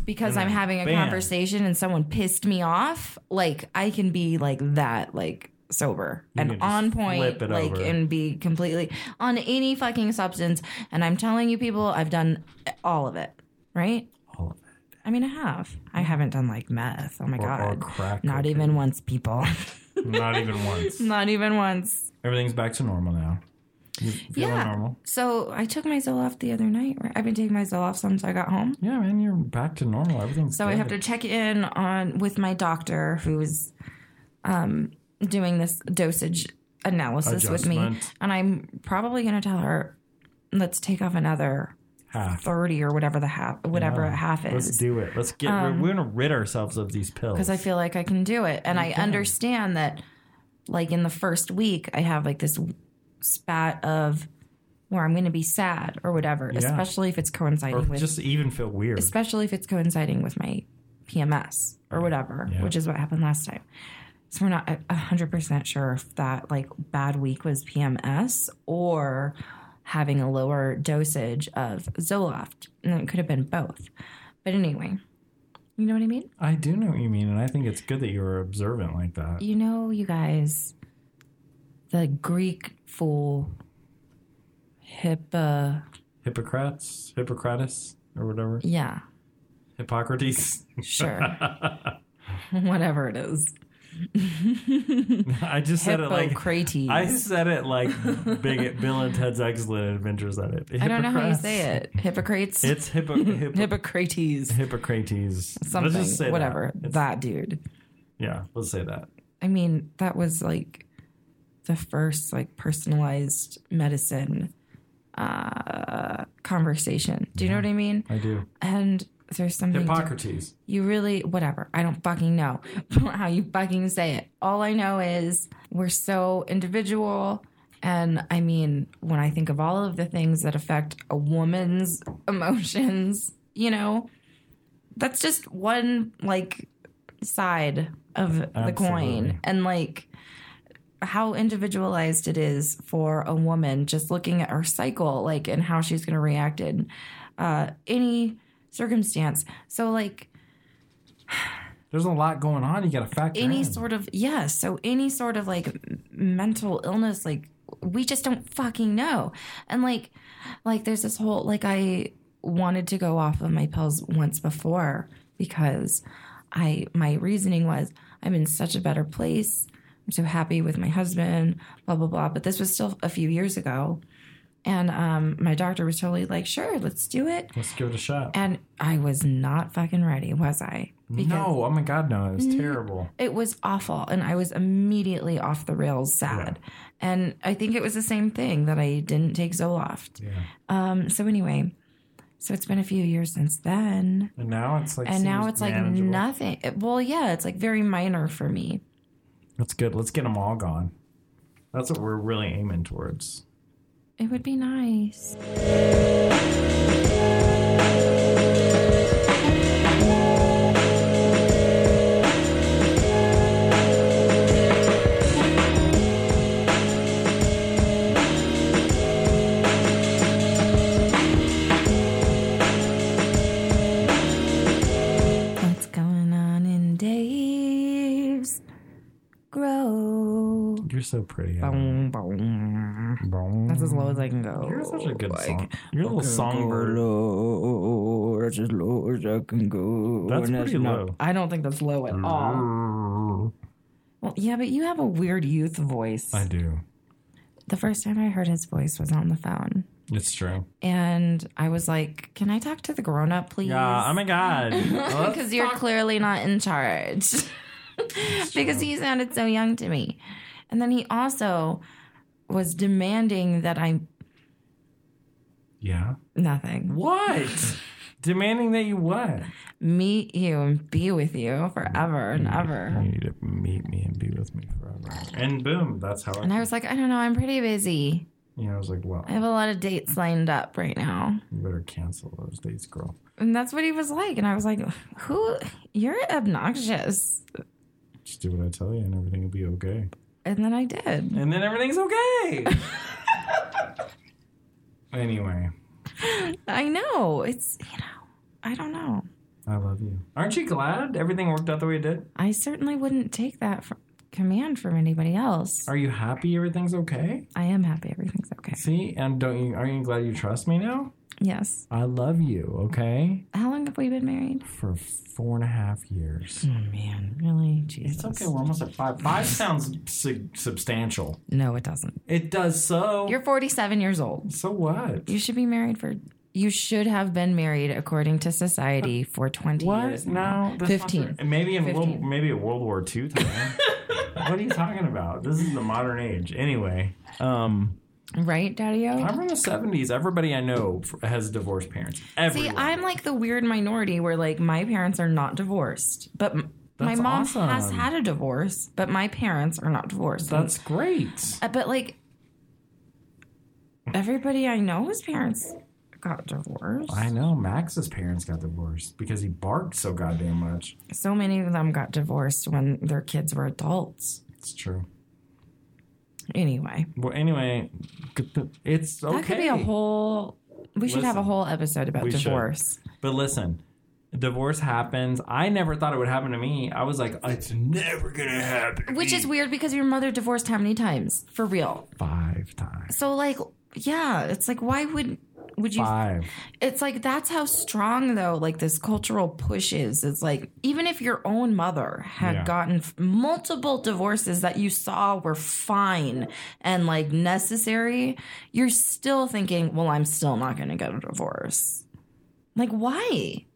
Speaker 2: because
Speaker 3: And
Speaker 2: I'm having a
Speaker 3: bam.
Speaker 2: conversation and someone pissed me off, like I can be like that, like sober
Speaker 3: You can
Speaker 2: and
Speaker 3: just
Speaker 2: on point,
Speaker 3: flip it
Speaker 2: like
Speaker 3: over.
Speaker 2: and be completely on any fucking substance. And I'm telling you, people, I've done all of it, right?
Speaker 3: all of it.
Speaker 2: I mean, I have. I haven't done like meth. Oh my
Speaker 3: Or, or
Speaker 2: god,
Speaker 3: crack.
Speaker 2: not
Speaker 3: cocaine.
Speaker 2: even once, people. <laughs>
Speaker 3: Not even once.
Speaker 2: not even once.
Speaker 3: Everything's back to normal now. You feeling
Speaker 2: Yeah.
Speaker 3: normal?
Speaker 2: So I took my Zoloft the other night. Right? I've been taking my Zoloft since I got home.
Speaker 3: Yeah, man, you're back to normal. Everything's
Speaker 2: So I have to check in on with my doctor who's um, doing this dosage analysis with me,
Speaker 3: Adjustment.
Speaker 2: and I'm probably going to tell her, "Let's take off another
Speaker 3: half.
Speaker 2: thirty or whatever the half, whatever
Speaker 3: Yeah.
Speaker 2: half
Speaker 3: Ah, Let's
Speaker 2: is,
Speaker 3: do it. Let's get. we're gonna rid ourselves of these pills.
Speaker 2: because Um, I feel like I can do it, and I understand that, like in the first week, I have like this spat of where I'm going to be sad or whatever,
Speaker 3: Yeah.
Speaker 2: especially if it's
Speaker 3: or
Speaker 2: coinciding with
Speaker 3: just even feel weird.
Speaker 2: especially if it's coinciding with my PMS or whatever,
Speaker 3: Yeah.
Speaker 2: which is what happened last time. So we're not a hundred percent sure if that like bad week was PMS or having a lower dosage of Zoloft, and it could have been both. But anyway, you know what I mean.
Speaker 3: I do know what you mean, and I think it's good that you were observant like that.
Speaker 2: You know, you guys, the Greek fool, Hippo,
Speaker 3: Hippocrates, Hippocrates, or whatever.
Speaker 2: yeah,
Speaker 3: Hippocrates. <laughs>
Speaker 2: sure, whatever it is,
Speaker 3: I just said it like
Speaker 2: Hippocrates.
Speaker 3: I said it like big Bill and Ted's Excellent Adventures at it.
Speaker 2: I don't know how you say it. Hippocrates.
Speaker 3: It's hippo, hippo,
Speaker 2: Hippocrates.
Speaker 3: Hippocrates.
Speaker 2: Something.
Speaker 3: Let's just say that.
Speaker 2: whatever. That.
Speaker 3: It's-
Speaker 2: dude.
Speaker 3: Yeah, let's say that.
Speaker 2: I mean, that was like the first like personalized medicine uh conversation. Do you know what I mean?
Speaker 3: I do.
Speaker 2: And there's something to-
Speaker 3: Hippocrates.
Speaker 2: you really whatever. I don't fucking know <laughs> how you fucking say it. All I know is we're so individual and I mean, when I think of all of the things that affect a woman's <laughs> emotions, you know, that's just one like side of the
Speaker 3: Absolutely.
Speaker 2: coin and like how individualized it is for a woman just looking at her cycle like and how she's going to react in uh, any circumstance so like
Speaker 3: There's a lot going on. You got to factor
Speaker 2: any
Speaker 3: in.
Speaker 2: sort of yeah so any sort of like m- mental illness like we just don't fucking know and like like there's this whole like i wanted to go off of my pills once before because i my reasoning was i'm in such a better place i'm so happy with my husband blah blah blah but this was still a few years ago and um my doctor was totally like sure let's do it
Speaker 3: Let's give it a shot.
Speaker 2: and i was not fucking ready was i
Speaker 3: no, oh my God, no, it was
Speaker 2: Mm.
Speaker 3: terrible.
Speaker 2: it was awful and i was immediately off the rails sad and i think it was the same thing that i didn't take zoloft
Speaker 3: Yeah,
Speaker 2: um so anyway so it's been a few years since then
Speaker 3: and now it's like
Speaker 2: and now
Speaker 3: seems
Speaker 2: it's like
Speaker 3: manageable.
Speaker 2: nothing it- well yeah it's like very minor for me
Speaker 3: That's good. Let's get them all gone. That's what we're really aiming towards.
Speaker 2: it would be nice
Speaker 5: What's going on in Dave's Grove?
Speaker 3: You're so pretty. Ellen.
Speaker 2: Boom, boom. that's as low as i can go oh,
Speaker 3: You're such a good song. You're a little songbird.
Speaker 5: low. That's as low as I can go.
Speaker 3: That's pretty low. Mm.
Speaker 2: i don't think that's low at all well yeah but you have a weird youth voice
Speaker 3: I do.
Speaker 2: the first time i heard his voice was on the phone
Speaker 3: It's true.
Speaker 2: and I was like, "Can I talk to the grown up, please?"
Speaker 3: Yeah.
Speaker 2: <laughs>
Speaker 3: Oh my God. Let's
Speaker 2: because you're clearly not in charge. <laughs> because he sounded so young to me, and then he also was demanding that I
Speaker 3: Yeah.
Speaker 2: nothing
Speaker 3: What?
Speaker 2: <laughs>
Speaker 3: Demanding that you what?
Speaker 2: meet you and be with you forever and ever.
Speaker 3: You need to meet me and be with me forever. And boom, that's how
Speaker 2: And
Speaker 3: I.
Speaker 2: I was like, I don't know, I'm pretty busy.
Speaker 3: You know, I was like, well,
Speaker 2: I have a lot of dates lined up right now.
Speaker 3: you better cancel those dates, girl.
Speaker 2: And that's what he was like. And I was like, Who? You're obnoxious.
Speaker 3: Just do what I tell you, and everything will be okay.
Speaker 2: And then I did.
Speaker 3: And then everything's
Speaker 2: <laughs>
Speaker 3: okay. anyway,
Speaker 2: I know. It's, you know. I don't know.
Speaker 3: I love you. Aren't you glad everything worked out the way it did?
Speaker 2: I certainly wouldn't take that fr- command from anybody else.
Speaker 3: Are you happy everything's okay?
Speaker 2: I am happy everything's okay.
Speaker 3: See, and don't you? Are you glad you trust me now?
Speaker 2: Yes.
Speaker 3: I love you. Okay,
Speaker 2: How long have we been married?
Speaker 3: for four and a half years.
Speaker 2: <laughs> Oh man, really? Jesus.
Speaker 3: It's okay. We're almost at five.
Speaker 2: <laughs>
Speaker 3: Five sounds sig- substantial.
Speaker 2: No, it doesn't.
Speaker 3: It does so.
Speaker 2: You're 47 years old.
Speaker 3: so what?
Speaker 2: You should be married for. You should have been married, according to society, for 20
Speaker 3: What?
Speaker 2: years.
Speaker 3: No, that's not
Speaker 2: 15.
Speaker 3: true. Maybe in World,
Speaker 2: 15.
Speaker 3: maybe in World War II time. <laughs> what are you talking about? This is the modern age. Anyway, um,
Speaker 2: Right, Daddy O?
Speaker 3: I'm from the '70s. Everybody I know f- has divorced parents.
Speaker 2: See,
Speaker 3: Everyone.
Speaker 2: I'm like the weird minority where like my parents are not divorced, but m- my
Speaker 3: That's
Speaker 2: mom
Speaker 3: awesome.
Speaker 2: has had a divorce, but my parents are not divorced.
Speaker 3: That's great.
Speaker 2: Uh, but like everybody I know's parents got divorced.
Speaker 3: I know Max's parents got divorced because he barked so goddamn much.
Speaker 2: so many of them got divorced when their kids were adults.
Speaker 3: It's true.
Speaker 2: Anyway,
Speaker 3: Well, anyway, g- th- it's okay.
Speaker 2: that could be a whole. We should have a
Speaker 3: Listen,
Speaker 2: whole episode about
Speaker 3: we should.
Speaker 2: divorce.
Speaker 3: But listen, divorce happens. I never thought it would happen to me. I was like, it's never gonna happen. to
Speaker 2: Which
Speaker 3: me."
Speaker 2: is weird because your mother divorced how many times? For real.
Speaker 3: five times.
Speaker 2: So like, yeah, it's like why would would you
Speaker 3: Five.
Speaker 2: It's like that's how strong though like this cultural push is. It's like even if your own mother had
Speaker 3: Yeah.
Speaker 2: gotten f- multiple divorces that you saw were fine and like necessary, you're still thinking, "Well, I'm still not going to get a divorce." Like why?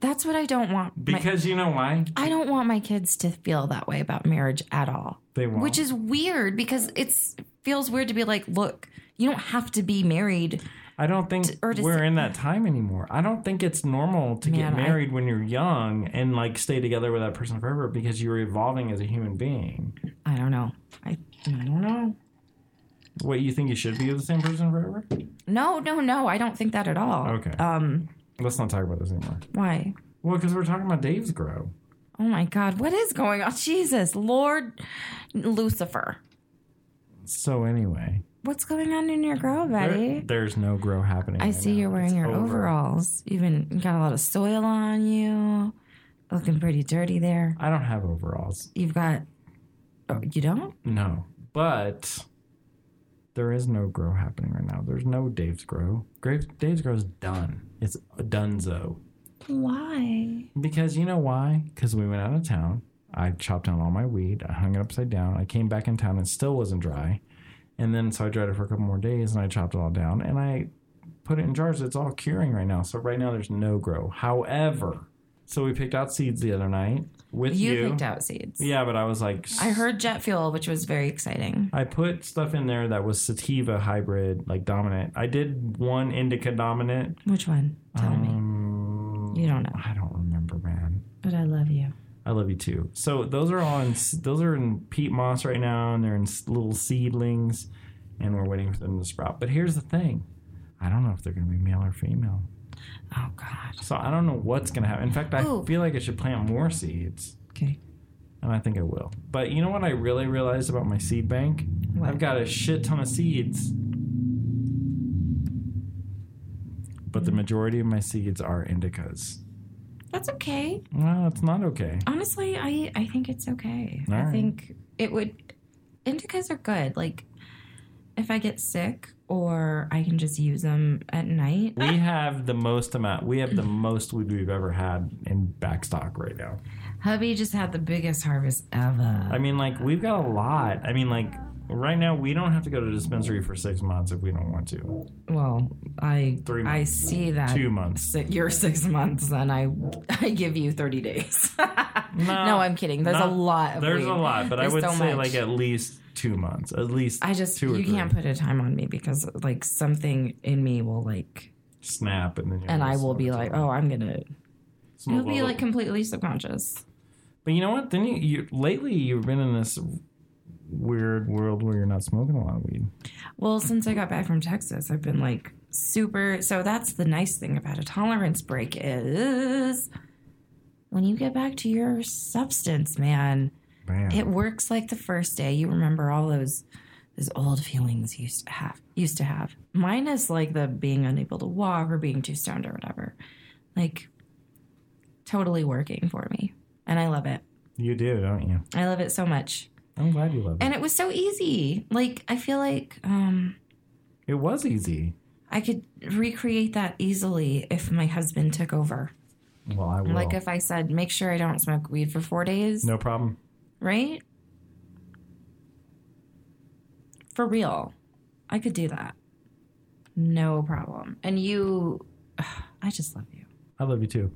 Speaker 2: That's what I don't want. my-
Speaker 3: Because you know why
Speaker 2: I don't want my kids to feel that way about marriage at all.
Speaker 3: they won't.
Speaker 2: Which is weird because it's feels weird to be like, "Look, you don't have to be married."
Speaker 3: I don't think
Speaker 2: or to
Speaker 3: we're
Speaker 2: say-
Speaker 3: in
Speaker 2: <laughs>
Speaker 3: that time anymore. I don't think it's normal to get
Speaker 2: Man, I-
Speaker 3: married when you're young and like stay together with that person forever because you're evolving as a human being.
Speaker 2: I don't know. I, I don't know.
Speaker 3: What you think you should be with the same person forever?
Speaker 2: No, no, no. I don't think that at all.
Speaker 3: Okay.
Speaker 2: Um.
Speaker 3: Let's not talk about this anymore.
Speaker 2: Why?
Speaker 3: Well, because we're talking about Dave's grow.
Speaker 2: Oh my God. What is going on? <laughs> Jesus, Lord Lucifer.
Speaker 3: So anyway,
Speaker 2: What's going on in your grow,
Speaker 3: there-
Speaker 2: Betty?
Speaker 3: there's no grow happening.
Speaker 2: I
Speaker 3: right
Speaker 2: see
Speaker 3: now.
Speaker 2: you're wearing
Speaker 3: It's
Speaker 2: your
Speaker 3: over.
Speaker 2: overalls. You even you got a lot of soil on you. Looking pretty dirty there.
Speaker 3: I don't have overalls.
Speaker 2: You've got. Oh, you don't?
Speaker 3: No, but there is no grow happening right now. There's no Dave's grow. Graves, Dave's grow is done. It's donezo.
Speaker 2: Why?
Speaker 3: Because you know why? Because we went out of town. I chopped down all my weed. I hung it upside down. I came back in town and still wasn't dry. And then so I dried it for a couple more days and I chopped it all down and I put it in jars. It's all curing right now. So right now there's no grow. However, so we picked out seeds the other night with
Speaker 2: You,
Speaker 3: you.
Speaker 2: picked out seeds.
Speaker 3: Yeah, but I was like,
Speaker 2: I heard jet fuel, which was very exciting.
Speaker 3: I put stuff in there that was sativa hybrid, like dominant. I did one indica dominant.
Speaker 2: Which one? Tell me.
Speaker 3: um,
Speaker 2: You don't know.
Speaker 3: I don't remember, man.
Speaker 2: But I love you.
Speaker 3: I love you too. So those are all in those are in peat moss right now, and they're in s- little seedlings, and we're waiting for them to sprout. But here's the thing, I don't know if they're going to be male or female.
Speaker 2: Oh God.
Speaker 3: So I don't know what's going to happen. In fact, I
Speaker 2: Ooh.
Speaker 3: feel like I should plant more seeds,
Speaker 2: Okay.
Speaker 3: and I think I will. But you know what I really realized about my seed bank?
Speaker 2: What?
Speaker 3: I've got a shit ton of seeds. But the majority of my seeds are indicas.
Speaker 2: That's okay.
Speaker 3: Well, it's not okay.
Speaker 2: Honestly, I I think it's okay.
Speaker 3: All
Speaker 2: I
Speaker 3: right.
Speaker 2: think it would. Indicas are good. Like if I get sick, or I can just use them at night.
Speaker 3: We have the most amount. We have the most weed we've ever had in backstock right now.
Speaker 2: Hubby just had the biggest harvest ever.
Speaker 3: I mean, like we've got a lot. I mean, like right now we don't have to go to the dispensary for six months if we don't want to.
Speaker 2: well, I
Speaker 3: Three
Speaker 2: I
Speaker 3: months.
Speaker 2: see that.
Speaker 3: Two months.
Speaker 2: Si- You're six months, and I <laughs> I give you thirty days. <laughs> no, I'm kidding. There's
Speaker 3: not-
Speaker 2: a lot. Of
Speaker 3: There's
Speaker 2: weed.
Speaker 3: a lot, but
Speaker 2: There's
Speaker 3: I would
Speaker 2: so
Speaker 3: say
Speaker 2: much.
Speaker 3: like at least two months. At least
Speaker 2: I just
Speaker 3: two or
Speaker 2: you
Speaker 3: three.
Speaker 2: can't put a time on me because like something in me will like,
Speaker 3: snap, and then you're
Speaker 2: and I
Speaker 3: just
Speaker 2: will be
Speaker 3: sort
Speaker 2: like,
Speaker 3: of-
Speaker 2: oh, I'm gonna
Speaker 3: Smoke
Speaker 2: It'll be
Speaker 3: all
Speaker 2: like
Speaker 3: the-
Speaker 2: completely subconscious.
Speaker 3: But you know what? Then you, you lately you've been in this weird world where you're not smoking a lot of weed.
Speaker 2: Well, since I got back from Texas, I've been like super. So that's the nice thing about a tolerance break is when you get back to your substance, man,
Speaker 3: Man,
Speaker 2: it works like the first day. You remember all those those old feelings you used to have. Used to have. Minus like the being unable to walk or being too stoned or whatever. like totally working for me. And I love it.
Speaker 3: You do, don't you?
Speaker 2: I love it so much.
Speaker 3: I'm glad you love it.
Speaker 2: And it was so easy. Like I feel like um
Speaker 3: It was easy.
Speaker 2: I could recreate that easily if my husband took over.
Speaker 3: Well, I will.
Speaker 2: Like if I said, make sure I don't smoke weed for four days,
Speaker 3: no problem.
Speaker 2: right? For real, I could do that. No problem. And you, <sighs> I just love you
Speaker 3: I love you too.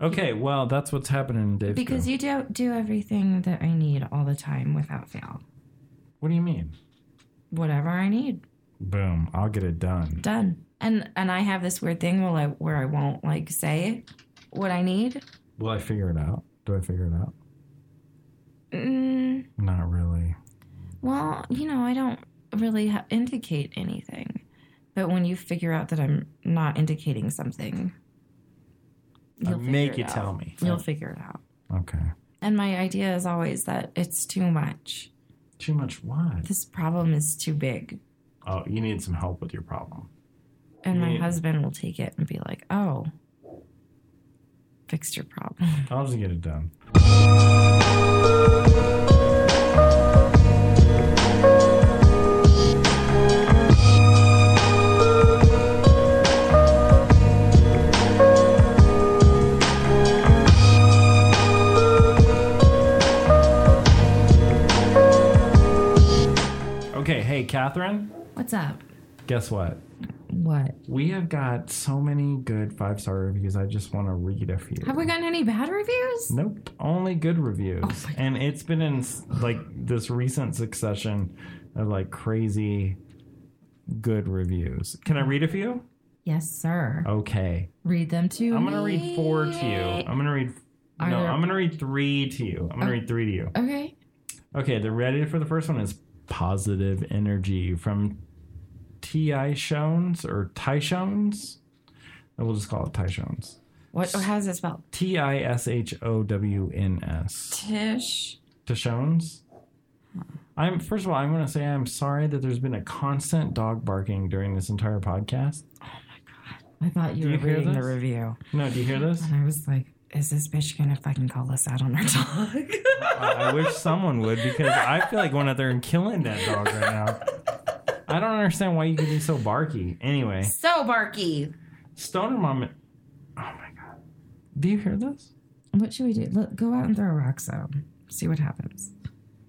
Speaker 3: Okay, well, that's what's happening, Dave.
Speaker 2: because you do do everything that I need all the time without fail.
Speaker 3: what do you mean?
Speaker 2: Whatever I need,
Speaker 3: Boom! I'll get it done.
Speaker 2: done. And and I have this weird thing where I where I won't like say what I need.
Speaker 3: Will I figure it out? Do I figure it out?
Speaker 2: Mm,
Speaker 3: Not really.
Speaker 2: Well, you know, I don't really ha- indicate anything. But when you figure out that I'm not indicating something,
Speaker 3: Uh, make you
Speaker 2: out.
Speaker 3: tell me.
Speaker 2: You'll figure it out.
Speaker 3: Okay.
Speaker 2: And my idea is always that it's too much.
Speaker 3: Too much what?
Speaker 2: This problem is too big.
Speaker 3: Oh, you need some help with your problem.
Speaker 2: And my
Speaker 3: Yeah.
Speaker 2: husband will take it and be like, oh, fixed your problem. <laughs>
Speaker 3: I'll just get it done. Okay, hey, Catherine,
Speaker 2: What's up?
Speaker 3: guess what?
Speaker 2: What?
Speaker 3: We have got so many good five star reviews. I just want to read a few.
Speaker 2: Have we gotten any bad reviews?
Speaker 3: Nope, only good
Speaker 2: Oh
Speaker 3: reviews. and it's been in s- like this recent succession of like crazy good reviews. Can I read a few?
Speaker 2: Yes, sir.
Speaker 3: Okay.
Speaker 2: Read them to
Speaker 3: Oh. I'm going to read four to you.
Speaker 2: me.
Speaker 3: I'm going to read
Speaker 2: Are
Speaker 3: No,
Speaker 2: there- Oh.
Speaker 3: I'm going to read 3 to you. I'm going to read 3 to you.
Speaker 2: Okay.
Speaker 3: Okay, the ready for the first one is positive energy from T.I. Shones or Tyshones. We'll just call it Tyshones.
Speaker 2: What? oh, How is it spelled?
Speaker 3: T I S H O W N S.
Speaker 2: Tish.
Speaker 3: Tashones. I'm first of all, I want to say I'm sorry that there's been a constant dog barking during this entire podcast.
Speaker 2: I thought you
Speaker 3: Do
Speaker 2: were
Speaker 3: you hear
Speaker 2: reading the
Speaker 3: this?
Speaker 2: review.
Speaker 3: No, do you hear this?
Speaker 2: And I was like, is this bitch gonna fucking call us out on our dog?
Speaker 3: I, I wish someone would because I feel like going out there and killing that dog right now. I don't understand why you can be so barky. Anyway,
Speaker 2: <laughs> so barky.
Speaker 3: Stoner Mom. Oh my god, do you hear this?
Speaker 2: What should we do? Look, go out and throw rocks at him. See what happens.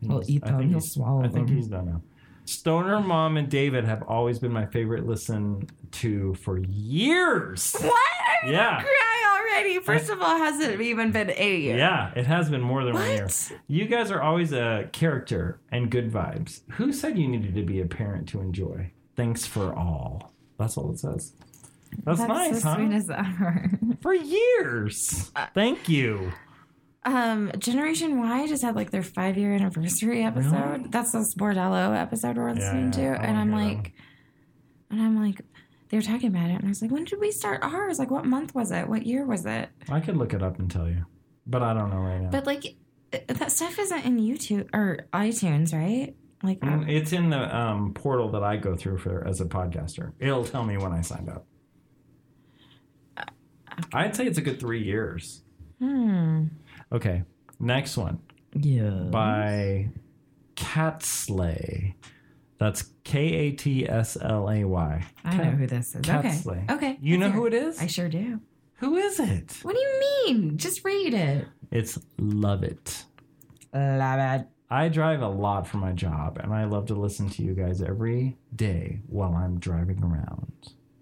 Speaker 2: He'll
Speaker 3: He's-
Speaker 2: eat
Speaker 3: I think
Speaker 2: them. He'll
Speaker 3: he's-
Speaker 2: swallow
Speaker 3: I think
Speaker 2: them.
Speaker 3: he's done now. Stoner Mom and David have always been my favorite listen to for years.
Speaker 2: What? I'm
Speaker 3: Yeah.
Speaker 2: cry already. First of all, has it even been eight years?
Speaker 3: Yeah, it has been more than one year.
Speaker 2: What?
Speaker 3: You guys are always a character and good vibes. Who said you needed to be a parent to enjoy? Thanks for all. That's all it says. That's,
Speaker 2: That's
Speaker 3: nice,
Speaker 2: the
Speaker 3: huh?
Speaker 2: sweetest ever.
Speaker 3: for years. Thank you.
Speaker 2: Um, Generation Y just had like their five year anniversary episode.
Speaker 3: Really?
Speaker 2: That's this Bordello episode we're listening
Speaker 3: yeah.
Speaker 2: to.
Speaker 3: I
Speaker 2: And
Speaker 3: wanna
Speaker 2: I'm
Speaker 3: hear that
Speaker 2: like, and I'm like, they were talking about it. And I was like, when did we start ours? Like, what month was it? What year was it?
Speaker 3: I could look it up and tell you, but I don't know right now.
Speaker 2: But like, it- that stuff isn't in YouTube or iTunes, right? Like,
Speaker 3: Mm, it's in the um, portal that I go through for as a podcaster. It'll tell me when I signed up. I'd say it's a good three years.
Speaker 2: hmm.
Speaker 3: Okay, next one.
Speaker 2: Yeah.
Speaker 3: by Catslay. That's K A T S L A Y.
Speaker 2: I know who this is.
Speaker 3: Catslay.
Speaker 2: Okay. Okay.
Speaker 3: You know
Speaker 2: Let's
Speaker 3: who
Speaker 2: hear
Speaker 3: it is?
Speaker 2: I sure do.
Speaker 3: who is it?
Speaker 2: What do you mean? Just read it.
Speaker 3: It's Love It.
Speaker 2: Love it.
Speaker 3: I drive a lot for my job, and I love to listen to you guys every day while I'm driving around.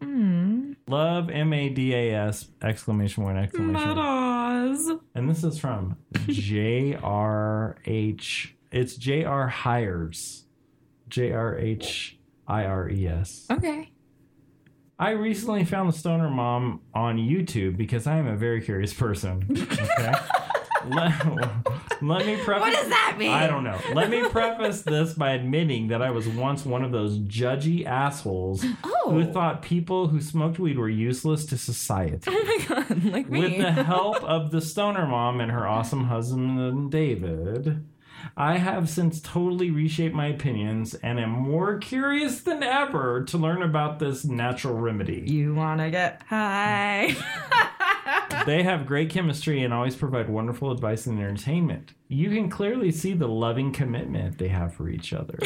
Speaker 2: Hmm.
Speaker 3: Love M A D A S exclamation point exclamation. point.
Speaker 2: Madas.
Speaker 3: And this is
Speaker 2: <laughs>
Speaker 3: from J R H. It's J R Hires. J R H I R E S.
Speaker 2: Okay.
Speaker 3: I recently found the Stoner Mom on YouTube because I am a very curious person.
Speaker 2: <laughs>
Speaker 3: Okay. let, let me preface.
Speaker 2: What does that mean?
Speaker 3: I don't know. Let me preface this by admitting that I was once one of those judgy assholes
Speaker 2: Oh.
Speaker 3: who thought people who smoked weed were useless to society.
Speaker 2: Oh my god, like me.
Speaker 3: With the
Speaker 2: <laughs>
Speaker 3: help of the stoner mom and her awesome husband, David, I have since totally reshaped my opinions and am more curious than ever to learn about this natural remedy.
Speaker 2: <laughs> you wanna get high.
Speaker 3: they have great chemistry and always provide wonderful advice and entertainment. You can clearly see the loving commitment they have for
Speaker 6: <laughs>
Speaker 3: each other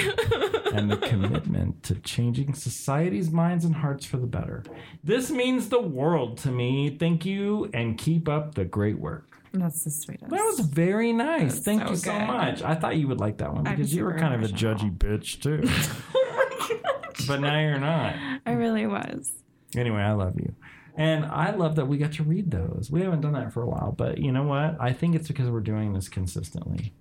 Speaker 3: and the commitment to changing society's minds and hearts for the better. This means the world to me. Thank you and keep up the great work.
Speaker 6: That's the sweetest.
Speaker 3: That
Speaker 2: <laughs>
Speaker 3: was very nice.
Speaker 6: That's
Speaker 3: Thank
Speaker 6: so
Speaker 3: you so
Speaker 6: good.
Speaker 3: much. I thought you would like that one
Speaker 6: I'm
Speaker 3: because you were
Speaker 6: super
Speaker 3: kind of a
Speaker 6: emotional.
Speaker 3: judgy bitch too.
Speaker 6: <laughs> oh my gosh.
Speaker 3: but now you're not.
Speaker 6: I really was.
Speaker 3: Anyway, I love you. And I love that we got to read those. We haven't done that for a while, but you know what? I think it's because we're doing this consistently.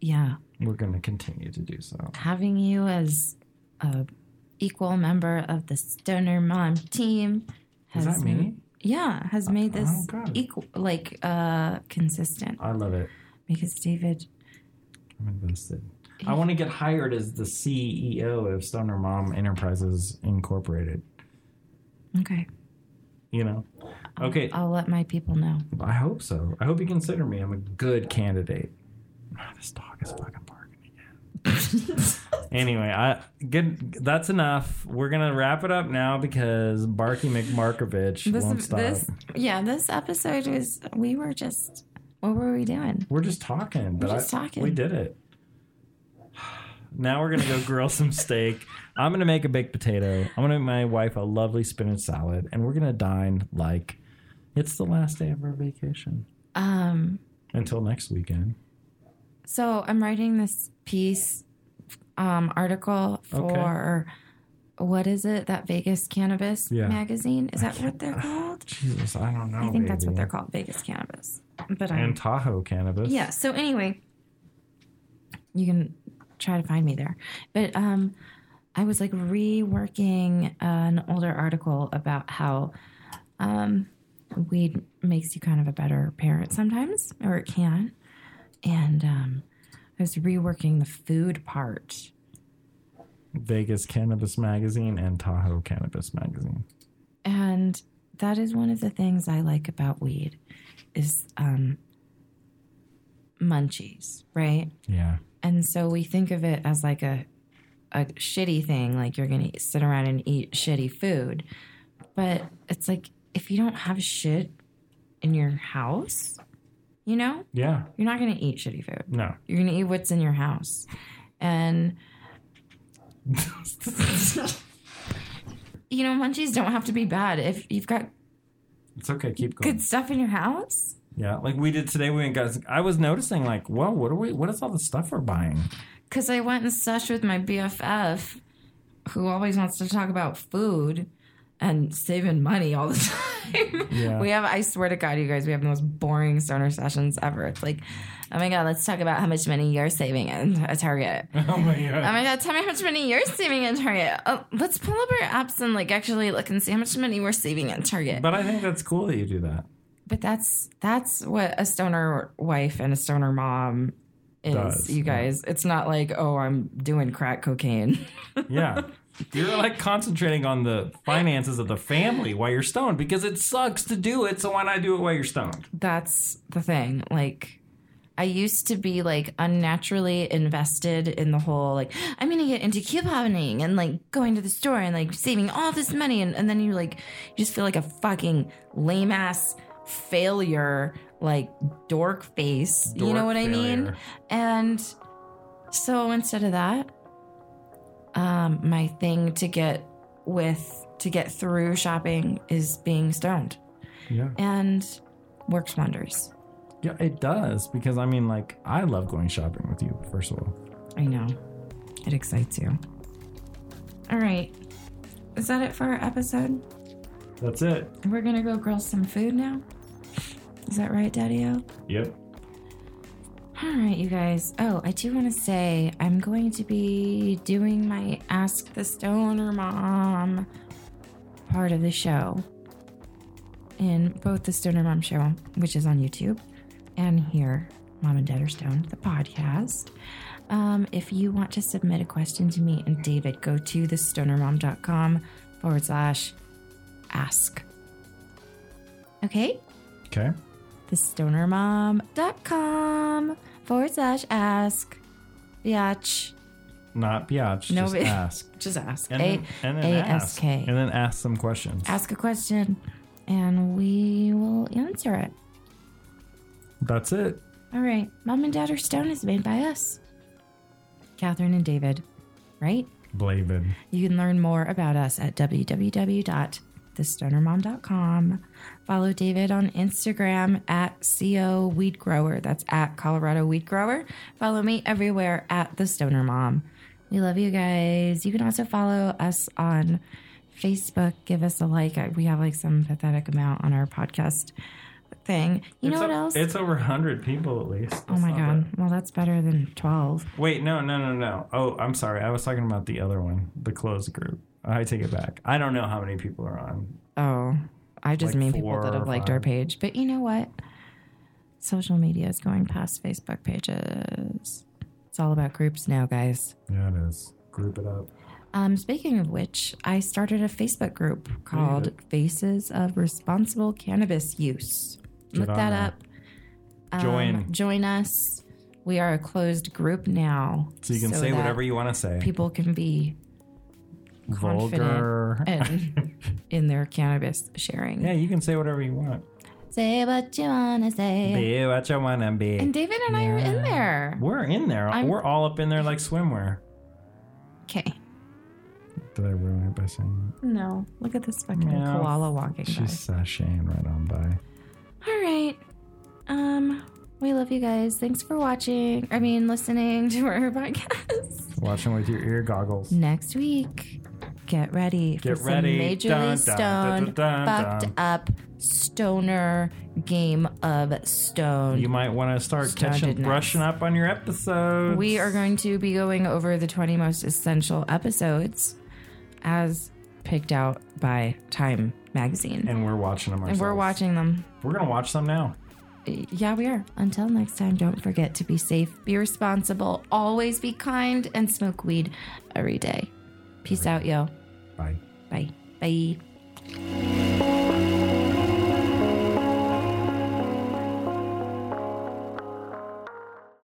Speaker 2: Yeah.
Speaker 3: We're going to continue to do so.
Speaker 2: Having you as a equal member of the Stoner Mom team
Speaker 3: Is
Speaker 2: has
Speaker 3: that me?
Speaker 2: yeah, has made this
Speaker 3: Oh, God.
Speaker 2: equal like uh consistent
Speaker 3: I love it.
Speaker 2: because David
Speaker 3: I'm invested. I want to get hired as the CEO of Stoner Mom Enterprises Incorporated.
Speaker 2: okay,
Speaker 3: You know? Okay.
Speaker 2: I'll let my people know.
Speaker 3: I hope so. I hope you consider me. I'm a good candidate. Ah, this dog is fucking barking again. anyway, I get that's enough. We're gonna wrap it up now because Barky McMarkovich
Speaker 2: This
Speaker 3: won't stop.
Speaker 2: this yeah, this episode was we were just what were we doing?
Speaker 3: We're just talking. But
Speaker 2: just
Speaker 3: I-
Speaker 2: talking.
Speaker 3: We did it. Now we're gonna go grill some steak. I'm gonna make a baked potato. I'm gonna make my wife a lovely spinach salad, and we're gonna dine like it's the last day of our vacation
Speaker 2: Um
Speaker 3: until next weekend.
Speaker 2: So I'm writing this piece, um, article
Speaker 3: Okay.
Speaker 2: for what is it that Vegas Cannabis
Speaker 3: Yeah.
Speaker 2: magazine? Is that what they're
Speaker 3: <sighs>
Speaker 2: called?
Speaker 3: Jesus, I don't know.
Speaker 2: I think that's what
Speaker 3: baby.
Speaker 2: they're called, Vegas Cannabis. But I
Speaker 3: and Tahoe cannabis.
Speaker 2: yeah. So anyway, you can try to find me there. But um, I was like reworking an older article about how um, weed makes you kind of a better parent sometimes, or it can. And um, I was reworking the food part.
Speaker 3: Vegas Cannabis Magazine and Tahoe Cannabis Magazine.
Speaker 2: and that is one of the things I like about weed is um, munchies, right?
Speaker 3: Yeah.
Speaker 2: And so we think of it as like a a shitty thing, like you're gonna sit around and eat shitty food, but it's like if you don't have shit in your house, you know,
Speaker 3: Yeah.
Speaker 2: you're not gonna eat shitty food.
Speaker 3: No.
Speaker 2: You're gonna eat what's in your house, and
Speaker 3: <laughs>
Speaker 2: you know, munchies don't have to be bad if you've got
Speaker 3: It's okay. Keep going.
Speaker 2: good stuff in your house.
Speaker 3: Yeah. Like we did today. We went, guys, I was noticing, like, whoa, what are we, what is all the stuff we're buying? <laughs>
Speaker 2: Because I went and seshed with my BFF, who always wants to talk about food and saving money all the <laughs> time.
Speaker 3: Yeah.
Speaker 2: We have, I swear to God, you guys, we have the most boring stoner sessions ever. It's like, oh my God, let's talk about how much money you're saving at a Target.
Speaker 3: Oh my God.
Speaker 2: Oh my God, tell me how much money you're saving at Target. Oh, let's pull up our apps and like actually look and see how much money we're saving at Target.
Speaker 3: but I think that's cool that you do that.
Speaker 2: But that's that's what a stoner wife and a stoner mom is,
Speaker 3: Does,
Speaker 2: you
Speaker 3: yeah.
Speaker 2: guys. It's not like, oh, I'm doing crack cocaine. <laughs>
Speaker 3: Yeah. You're like concentrating on the finances of the family while you're stoned because it sucks to do it. So why not do it while you're stoned?
Speaker 2: that's the thing. Like, I used to be like unnaturally invested in the whole like I'm gonna get into couponing and like going to the store and like saving all this money and, and then you like you just feel like a fucking lame ass failure like dork face. you know
Speaker 3: Dork
Speaker 2: what I mean?
Speaker 3: failure.
Speaker 2: And so instead of that, um, my thing to get with to get through shopping is being stoned
Speaker 3: Yeah.
Speaker 2: and works wonders.
Speaker 3: Yeah, it does. Because I mean, like, I love going shopping with you, first of all.
Speaker 2: I know. It excites you. All right. Is that it for our episode?
Speaker 3: That's it.
Speaker 2: We're going to go grill some food now. Is that right, Daddy O?
Speaker 3: Yep.
Speaker 2: All right, you guys. Oh, I do want to say I'm going to be doing my Ask the Stoner Mom part of the show in both the Stoner Mom show, which is on YouTube, and here, Mom and Dad are Stoned, the podcast. Um, if you want to submit a question to me and David, go to thestonermom.com forward slash ask. Okay?
Speaker 3: Okay.
Speaker 2: thestonermom.com forward slash ask. Biatch.
Speaker 3: Not biatch.
Speaker 2: No,
Speaker 3: just
Speaker 2: but-
Speaker 3: ask.
Speaker 2: Just ask.
Speaker 3: And,
Speaker 2: A-
Speaker 3: then- and then ask.
Speaker 2: ASK.
Speaker 3: And then ask some questions.
Speaker 2: ask a question.
Speaker 7: and we will answer it.
Speaker 3: That's it.
Speaker 7: All right. Mom and Dad are stone is made by us.
Speaker 2: Catherine and David, right?
Speaker 3: Blavin.
Speaker 2: You can learn more about us at www.thestonermom.com. Follow David on Instagram at CO Weed Grower. That's at Colorado Weed Grower. Follow me everywhere at The Stoner Mom. We love you guys. You can also follow us on Facebook. Give us a like. We have like some pathetic amount on our podcast thing. You know
Speaker 3: It's
Speaker 2: what
Speaker 3: o-
Speaker 2: else?
Speaker 3: It's over 100 people at least.
Speaker 2: Oh my God. Well, that's better than 12.
Speaker 3: Wait, no, no, no, no. Oh, I'm sorry. I was talking about the other one, the closed group. I take it back. I don't know how many people are on.
Speaker 2: Oh, I just
Speaker 3: Like
Speaker 2: mean people
Speaker 3: four
Speaker 2: that
Speaker 3: or
Speaker 2: have liked our
Speaker 3: five.
Speaker 2: page. But you know what? Social media is going past Facebook pages. It's all about groups now, guys.
Speaker 3: Yeah, it is. Group it up.
Speaker 2: Um, speaking of which, I started a Facebook group called Faces of Responsible Cannabis Use.
Speaker 3: Get
Speaker 2: Look
Speaker 3: on
Speaker 2: that
Speaker 3: there.
Speaker 2: up. Um,
Speaker 3: Join.
Speaker 2: Join us. We are a closed group now.
Speaker 3: So you can say
Speaker 2: that
Speaker 3: whatever you want to say.
Speaker 2: people can
Speaker 3: <laughs>
Speaker 2: be confident
Speaker 3: Vulgar.
Speaker 2: in, in their cannabis sharing.
Speaker 3: yeah, you can say whatever you want.
Speaker 2: Say what you wanna say.
Speaker 3: Be what you want to be.
Speaker 2: And David and I are in there.
Speaker 3: We're in there.
Speaker 2: I'm-
Speaker 3: We're all up in there like swimwear.
Speaker 2: Okay.
Speaker 3: Did I ruin it by saying
Speaker 2: No. Look at this fucking
Speaker 3: Yeah.
Speaker 2: koala walking
Speaker 3: that? She's sashaying right on by.
Speaker 2: by. All right. Um, we love you guys. Thanks for watching. I mean, listening to our <laughs> podcast.
Speaker 3: Watching with your ear goggles.
Speaker 2: Next week, get ready for
Speaker 3: Get
Speaker 2: some
Speaker 3: ready. Dun,
Speaker 2: majorly
Speaker 3: dun, dun, dun,
Speaker 2: stoned,
Speaker 3: dun,
Speaker 2: fucked
Speaker 3: dun.
Speaker 2: up stoner game of stone.
Speaker 3: You might want to start catching,
Speaker 2: Started
Speaker 3: brushing up on your episodes.
Speaker 2: We are going to be going over the 20 most essential episodes as picked out by Time magazine.
Speaker 3: and we're watching them ourselves.
Speaker 2: And we're watching them.
Speaker 3: We're gonna watch them now.
Speaker 2: Yeah, we are. Until next time, don't forget to be safe, be responsible, always be kind, and smoke weed every day. Peace out, yo.
Speaker 3: Bye.
Speaker 2: Bye. Bye.